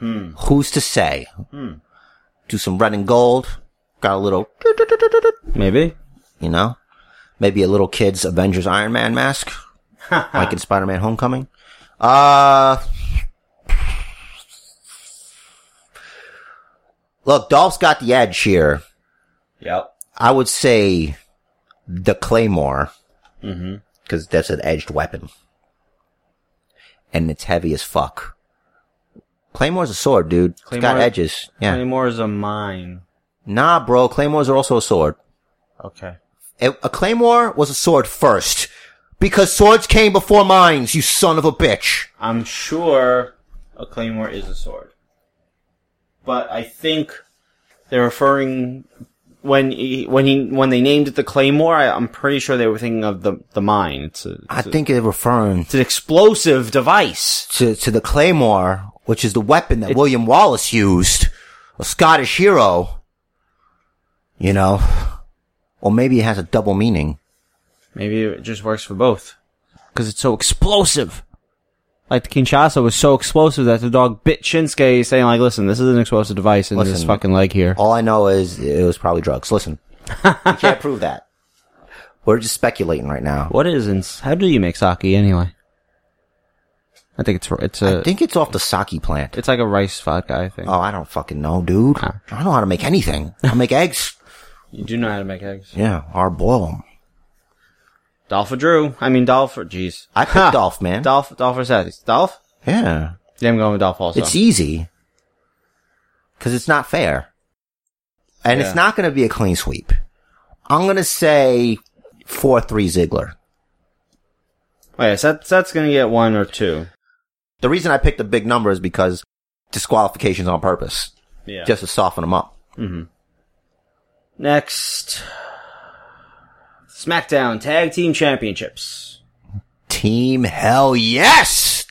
Who's to say? Do some red and gold. Got a little,
Maybe.
you know, maybe a little kid's Avengers Iron Man mask, like in Spider Man Homecoming. Uh, look, Dolph's got the edge here.
Yep.
I would say the Claymore, because that's an edged weapon, and it's heavy as fuck. Claymore's a sword, dude. it's got
Claymore-
edges. Yeah.
Claymore is a mine.
Nah, bro. Claymores are also a sword.
Okay.
A, a claymore was a sword first. Because swords came before mines, you son of a bitch.
I'm sure a Claymore is a sword. But I think they're referring when he, when he when they named it the Claymore, I, I'm pretty sure they were thinking of the the mine. It's, a,
I think they're referring
it's an explosive device.
to, to the claymore, which is the weapon that William Wallace used, a Scottish hero. You know? Or maybe it has a double meaning.
Maybe it just works for both. Because it's so explosive. Like the Kinshasa was so explosive that the dog bit Shinsuke saying like, listen, this is an explosive device in this
Listen.
fucking leg here.
All I know is it was probably drugs. Listen, you can't prove that. We're just speculating right now.
What is, ins- how do you make sake anyway? I think it's, it's a,
I think it's off the sake plant.
it's like a rice vodka, I think.
Oh, I don't fucking know, dude. I don't know how to make anything. I make eggs.
You do know how to make eggs.
Yeah, or boil them.
Dolph or Drew. I mean, Dolph or, jeez.
I picked Dolph, man.
Dolph, Dolph or Seth. Dolph?
Yeah.
Yeah, I'm going with Dolph also.
It's e- easy. Cause it's not fair. And
Yeah.
it's not gonna be a clean sweep. I'm gonna say 4-3 Ziggler.
oh yeah, Seth, Seth's gonna get one or two.
The reason I picked a big number is because disqualifications on purpose,
Yeah.
just to soften them up.
Next, SmackDown Tag Team Championships.
Team Hell Yes!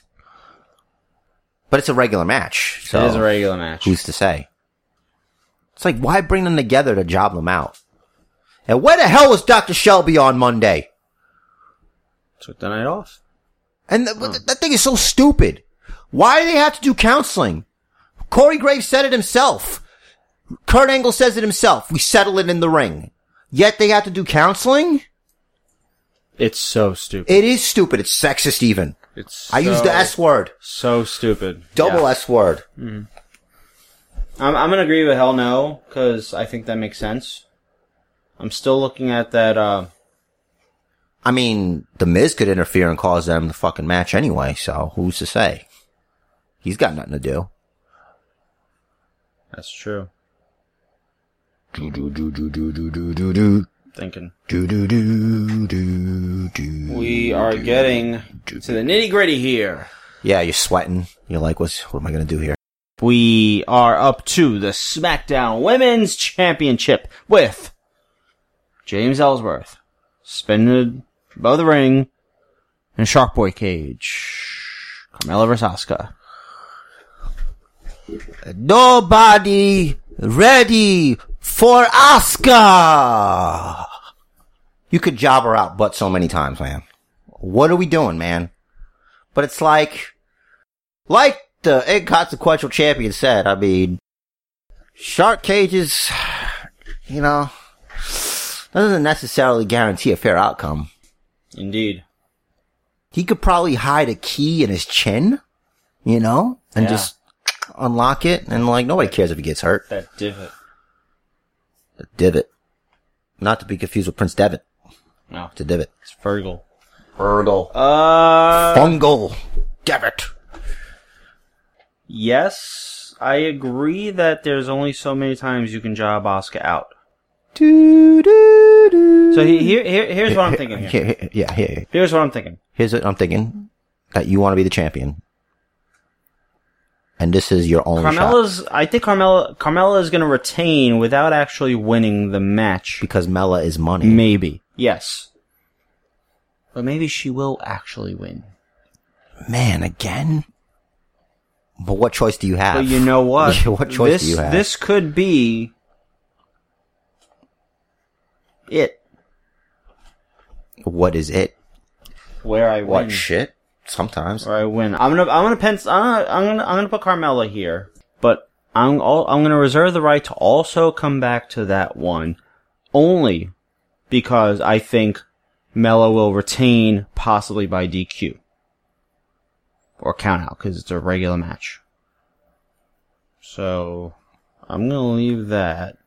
But it's a regular match, so
it is a regular match.
who's to say? It's like, why bring them together to job them out? And where the hell was Dr. Shelby on Monday?
Took the night off.
And th- th- that thing is so stupid. Why do they have to do counseling? Corey Graves said it himself. Kurt Angle says it himself. We settle it in the ring. Yet they have to do counseling?
It's so stupid.
It is stupid. It's sexist even.
it's
I used
so-
the S word.
So stupid.
Double
Yeah.
S word.
I'm, I'm gonna agree with hell no because I think that makes sense. I'm still looking at that. Uh,
I mean, The Miz could interfere and cause them the fucking match anyway, so who's to say? He's got nothing to do.
that's true.
Do, do, do, do, do, do, do, do, do.
Thinking
Do, do, do, do, do.
we are getting to the nitty gritty here.
Yeah, you're sweating. You're like, what's, what am I gonna do here?
We are up to the SmackDown Women's Championship with James Ellsworth, suspended above the ring, and Sharkboy Cage. Carmella vs. Asuka.
Nobody ready for Oscar. You could job her out, but so many times, man. What are we doing, man? But it's like, like the inconsequential champion said. I mean, shark cages, you know, doesn't necessarily guarantee a fair outcome.
Indeed.
He could probably hide a key in his chin, you know, and
Yeah.
just unlock it, and like nobody cares if he gets hurt.
That divot.
A divot. Not to be confused with Prince Devitt.
No,
It's a divot.
it's Fergal.
Fergal.
Uh,
Fungal. Devitt.
yes, I agree that there's only so many times you can job Asuka out. So he, here, here, here's what I'm thinking here.
Here, here, yeah, here, here.
Here's what I'm thinking.
Here's what I'm thinking. That you want to be the champion. And this is your only shot.
Carmella's. I think Carmella. Carmella is going to retain without actually winning the match.
Because Mela is money.
Maybe. Yes. But maybe she will actually win.
Man, again? But what choice do you have?
But you know what?
Ah, what choice
this,
do you have?
This could be it.
What is it?
Where I
What
win.
shit? Sometimes.
Where I win. I'm gonna. I'm gonna pencil. I'm gonna. I'm gonna, I'm gonna put Carmella here. But I'm. All, I'm gonna reserve the right to also come back to that one, only because I think Mello will retain possibly by DQ or count out because it's a regular match. So I'm gonna leave that.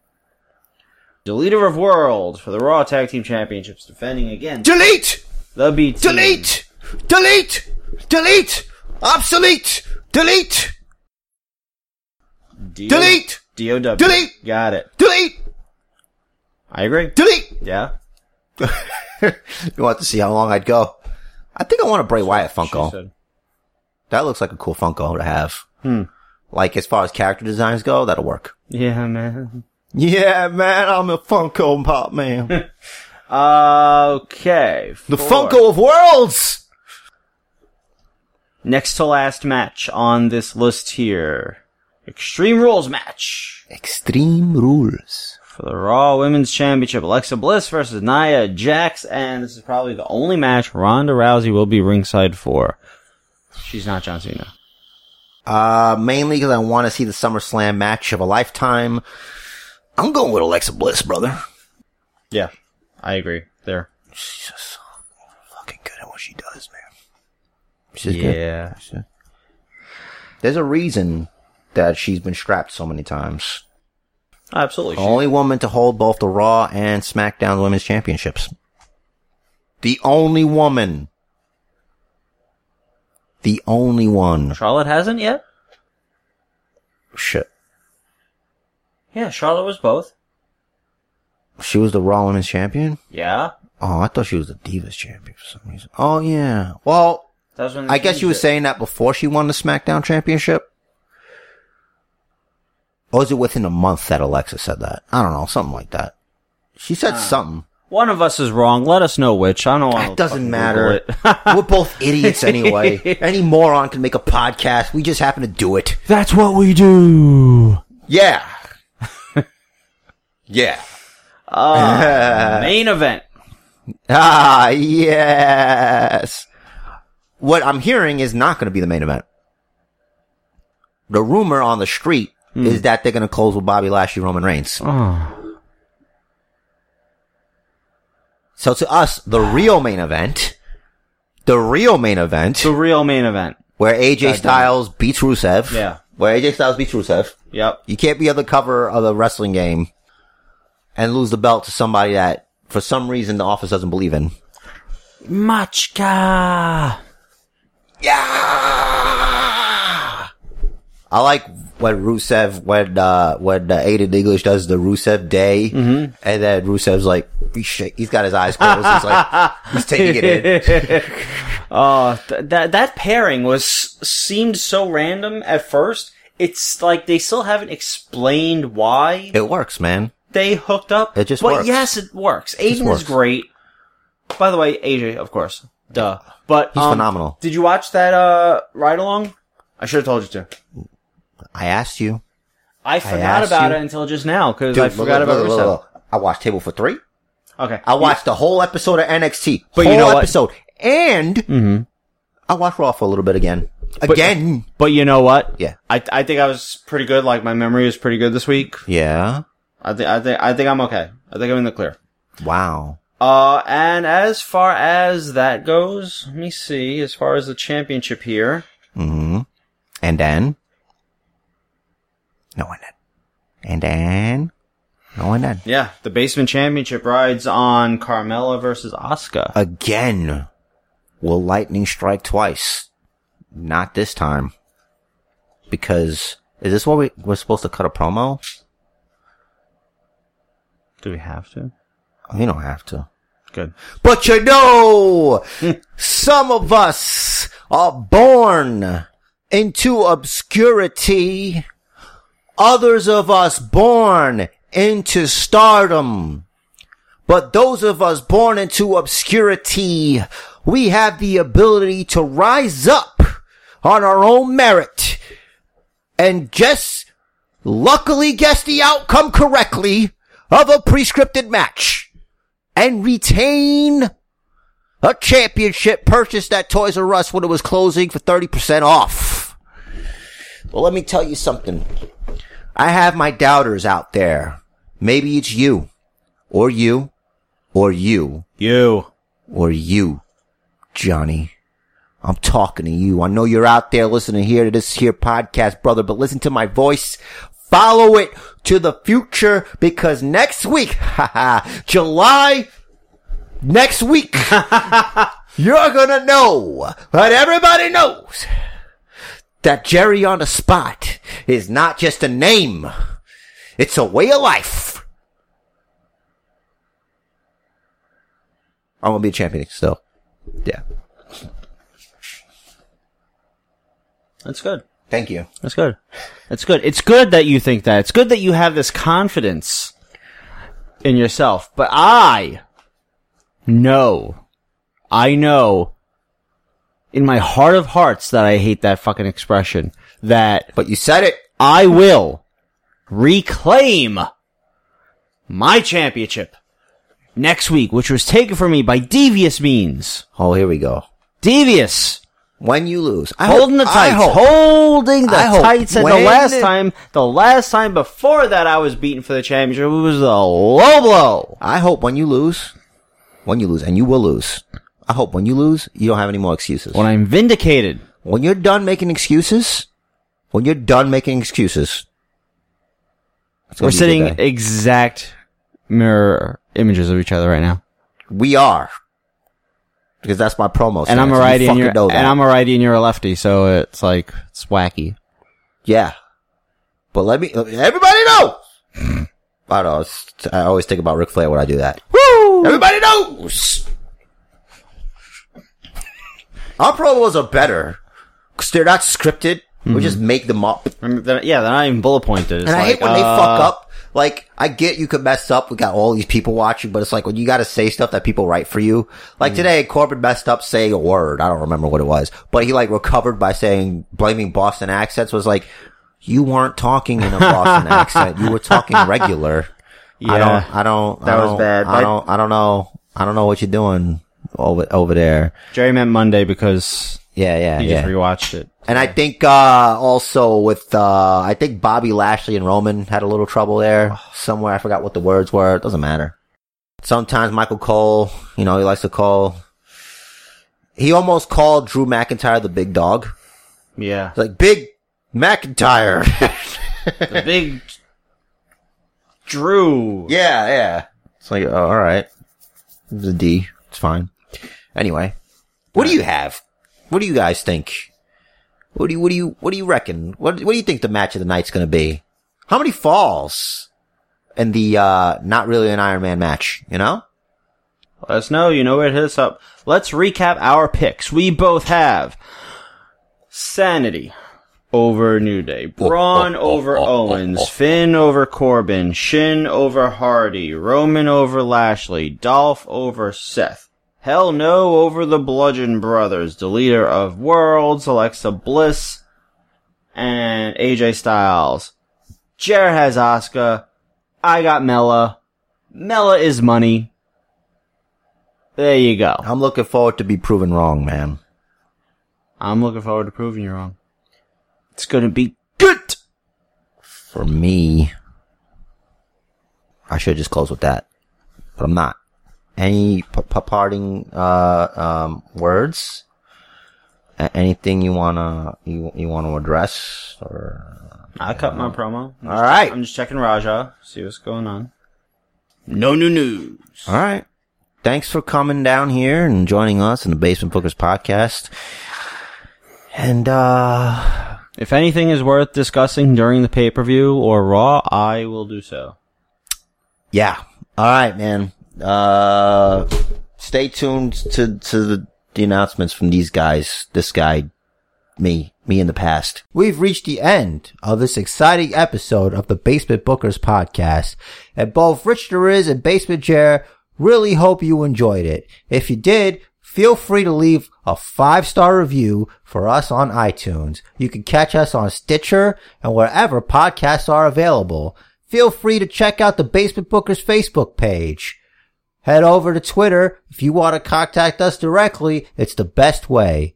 The leader of world for the Raw Tag Team Championships defending again
Delete!
the B team.
Delete! Delete! Delete! Obsolete! Delete!
D-
Delete!
DOW.
Delete!
Got it.
Delete!
I agree.
Delete!
Yeah.
You want to see how long I'd go? I think I want a Bray Wyatt
She
Funko.
said.
That looks like a cool Funko to have. Like as far as character designs go, that'll work.
Yeah, man.
Yeah, man, I'm a Funko Pop man. the
Okay. four.
Funko of worlds.
Next to last match on this list here. Extreme Rules match
Extreme rules.
for the Raw Women's Championship. Alexa Bliss versus Nia Jax, and this is probably the only match Ronda Rousey will be ringside for. She's not John Cena.
Uh, mainly because I want to see the SummerSlam match of a lifetime. I'm going with Alexa Bliss, brother.
Yeah, I agree. There.
She's just so fucking good at what she does, man. She's
Yeah.
good. There's a reason that she's been strapped so many times.
Absolutely.
Only woman to hold both the Raw and SmackDown Women's Championships. The only woman. The only one.
Charlotte hasn't yet?
Shit.
Yeah, Charlotte was both.
She was the Raw Women's Champion?
Yeah.
Oh, I thought she was the Divas Champion for some reason. Oh, yeah. Well,
That was when they
I guess you were
changed it.
saying that before she won the SmackDown Championship? Or is it within a month that Alexa said that? I don't know, something like that. She said
Ah.
something.
one of us is wrong. Let us know which. I don't want.
That doesn't matter. We're both idiots anyway. Any moron can make a podcast. We just happen to do it.
That's what we do.
Yeah. yeah.
Uh, Main event.
Ah, yes. What I'm hearing is not going to be the main event. The rumor on the street is that they're going to close with Bobby Lashley, Roman Reigns. So to us, the real main event, the real main event,
The real main event.
where AJ Styles beats Rusev.
Yeah.
Where AJ Styles beats Rusev.
Yep.
You can't be on the cover of the wrestling game and lose the belt to somebody that, for some reason, the office doesn't believe in.
Machka.
I like when Rusev, when, uh, when uh, Aiden English does the Rusev day,
Mm-hmm.
and then Rusev's like, he shake, he's got his eyes closed, he's like, he's taking it in.
Oh, th- that that pairing was seemed so random at first. It's like they still haven't explained why
It works, man.
they hooked up.
It just
but
works.
yes, it works. Aiden
works.
is great. By the way, AJ, of course, duh. But
He's
um,
phenomenal.
Did you watch that uh ride along? I should have told you to.
I asked you.
I forgot
asked
about
you-
it until just now because I
Dude, look,
forgot
look,
about
look,
Rusev.
look, look. I watched Table for Three.
Okay,
I watched the whole episode of NXT.
But you
whole
know what? Mm-hmm.
episode. And I watched Raw for a little bit again. Again.
But you know what?
Yeah.
I I think I was pretty good. Like my memory was pretty good this week.
yeah.
I think I think I think I'm okay. I think I'm in the clear.
Wow.
Uh, and as far as that goes, let me see. As far as the championship here, Mm-hmm.
hmm And then. No, and then. And then. No, and then.
yeah, the basement championship rides on Carmella versus Asuka.
Again. Will lightning strike twice? Not this time. Because is this what we, we're supposed to cut a promo?
Do we have to?
We don't have to.
Good.
But you know, some of us are born into obscurity. Others of us born into stardom. But those of us born into obscurity, we have the ability to rise up on our own merit and just luckily guess the outcome correctly of a prescripted match and retain a championship purchased at Toys R Us when it was closing for 30% off. Well, let me tell you something. I have my doubters out there. Maybe it's you, or you, or you,
You.
or you, Johnny. I'm talking to you. I know you're out there listening here to this here podcast, brother, but listen to my voice. Follow it to the future because next week, July, next week, you're gonna know, but everybody knows that Jerry on the spot is not just a name. It's a way of life. I'm gonna be a champion still. Yeah.
That's good.
Thank you.
That's good. That's good. It's good that you think that. It's good that you have this confidence in yourself. But I know, I know in my heart of hearts that I hate that fucking expression that
But you said it.
I will reclaim my championship next week, which was taken from me by devious means.
Oh, here we go.
Devious.
When you lose, I
Holding the
hope- I
tights.
hope-
Holding the
I hope
tights. And the
when-
last time, the last time before that I was beaten for the championship it was a low blow.
I hope when you lose, when you lose, and you will lose. I hope when you lose, you don't have any more excuses.
When I'm vindicated.
when you're done making excuses, when you're done making excuses, it's gonna
We're
be a
sitting
good day.
exact mirror images of each other right now.
We are because that's my promo.
And
stance,
I'm a
you
righty and
fucking
you're,
know that.
and I'm a righty and you're a lefty, so it's like, it's wacky.
yeah. But let me everybody know. I don't know. it's- I always think about Ric Flair when I do that.
Woo!
Everybody knows. Our Pro Bowls are better because they're not scripted. We just make them up.
Remember, they're- yeah, they're not even bullet pointed. It's
Hmm. And I
like,
hate when they
uh,
fuck up. Like, I get you could mess up. We got all these people watching, but it's like when you got to say stuff that people write for you. Like today, Corbin messed up saying a word. I don't remember what it was, but he like recovered by saying, blaming Boston accents was like, you weren't talking in a Boston accent. You were talking regular.
Yeah.
I don't, I don't,
That
I
was
don't-
bad.
I don't, I don't know. I don't know what you're doing over, over there.
Jerry meant Monday because
Yeah. Yeah.
he
yeah.
just rewatched it.
And I think uh also with uh I think Bobby Lashley and Roman had a little trouble there somewhere. I forgot what the words were. It doesn't matter. Sometimes Michael Cole, you know, he likes to call. He almost called Drew McIntyre the big dog.
Yeah,
He's like big McIntyre.
the big Drew.
yeah, yeah. It's like oh, all right, it's a D. It's fine. Anyway, what do you have? What do you guys think? What do you, what do you, what do you reckon? What, what do you think the match of the night's gonna be? How many falls in the, uh, not really an Iron Man match, you know?
Let us know. You know where to hit us up. Let's recap our picks. We both have Sanity over New Day, Braun over Owens, Finn over Corbin, Shin over Hardy, Roman over Lashley, Dolph over Seth. Hell no over the Bludgeon Brothers, the leader of Worlds, Alexa Bliss, and AJ Styles. Jared has Asuka. I got Mella. Mella is money. There you go.
I'm looking forward to be proven wrong, man.
I'm looking forward to proving you wrong. It's gonna be good.
For me, I should just close with that, but I'm not. Any p- p- parting, uh, um, words? A- anything you wanna, you, you wanna address or?
I cut my promo. I'm just-
All right.
I'm just checking Raja, see what's going on. No new news.
All right. Thanks for coming down here and joining us in the Basement Bookers podcast. And uh
If anything is worth discussing during the pay per view or Raw, I will do so.
yeah. All right, man. Uh stay tuned to to the, the announcements from these guys. This guy me, me in the past. We've reached the end of this exciting episode of the Basement Bookers podcast, and both Rich Deriz and Basement Chair really hope you enjoyed it. If you did, feel free to leave a five-star review for us on iTunes. You can catch us on Stitcher and wherever podcasts are available. Feel free to check out the Basement Bookers Facebook page. Head over to Twitter if you want to contact us directly. It's the best way.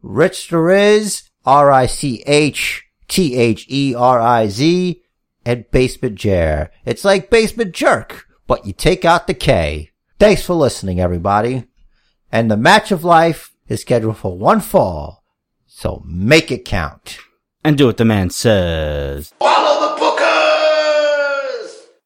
Rich Riz, R I C H T H E R I Z, and Basement Jer. It's like Basement Jerk, but you take out the K. Thanks for listening, everybody. And the match of life is scheduled for one fall, so make it count.
And do what the man says.
Follow the book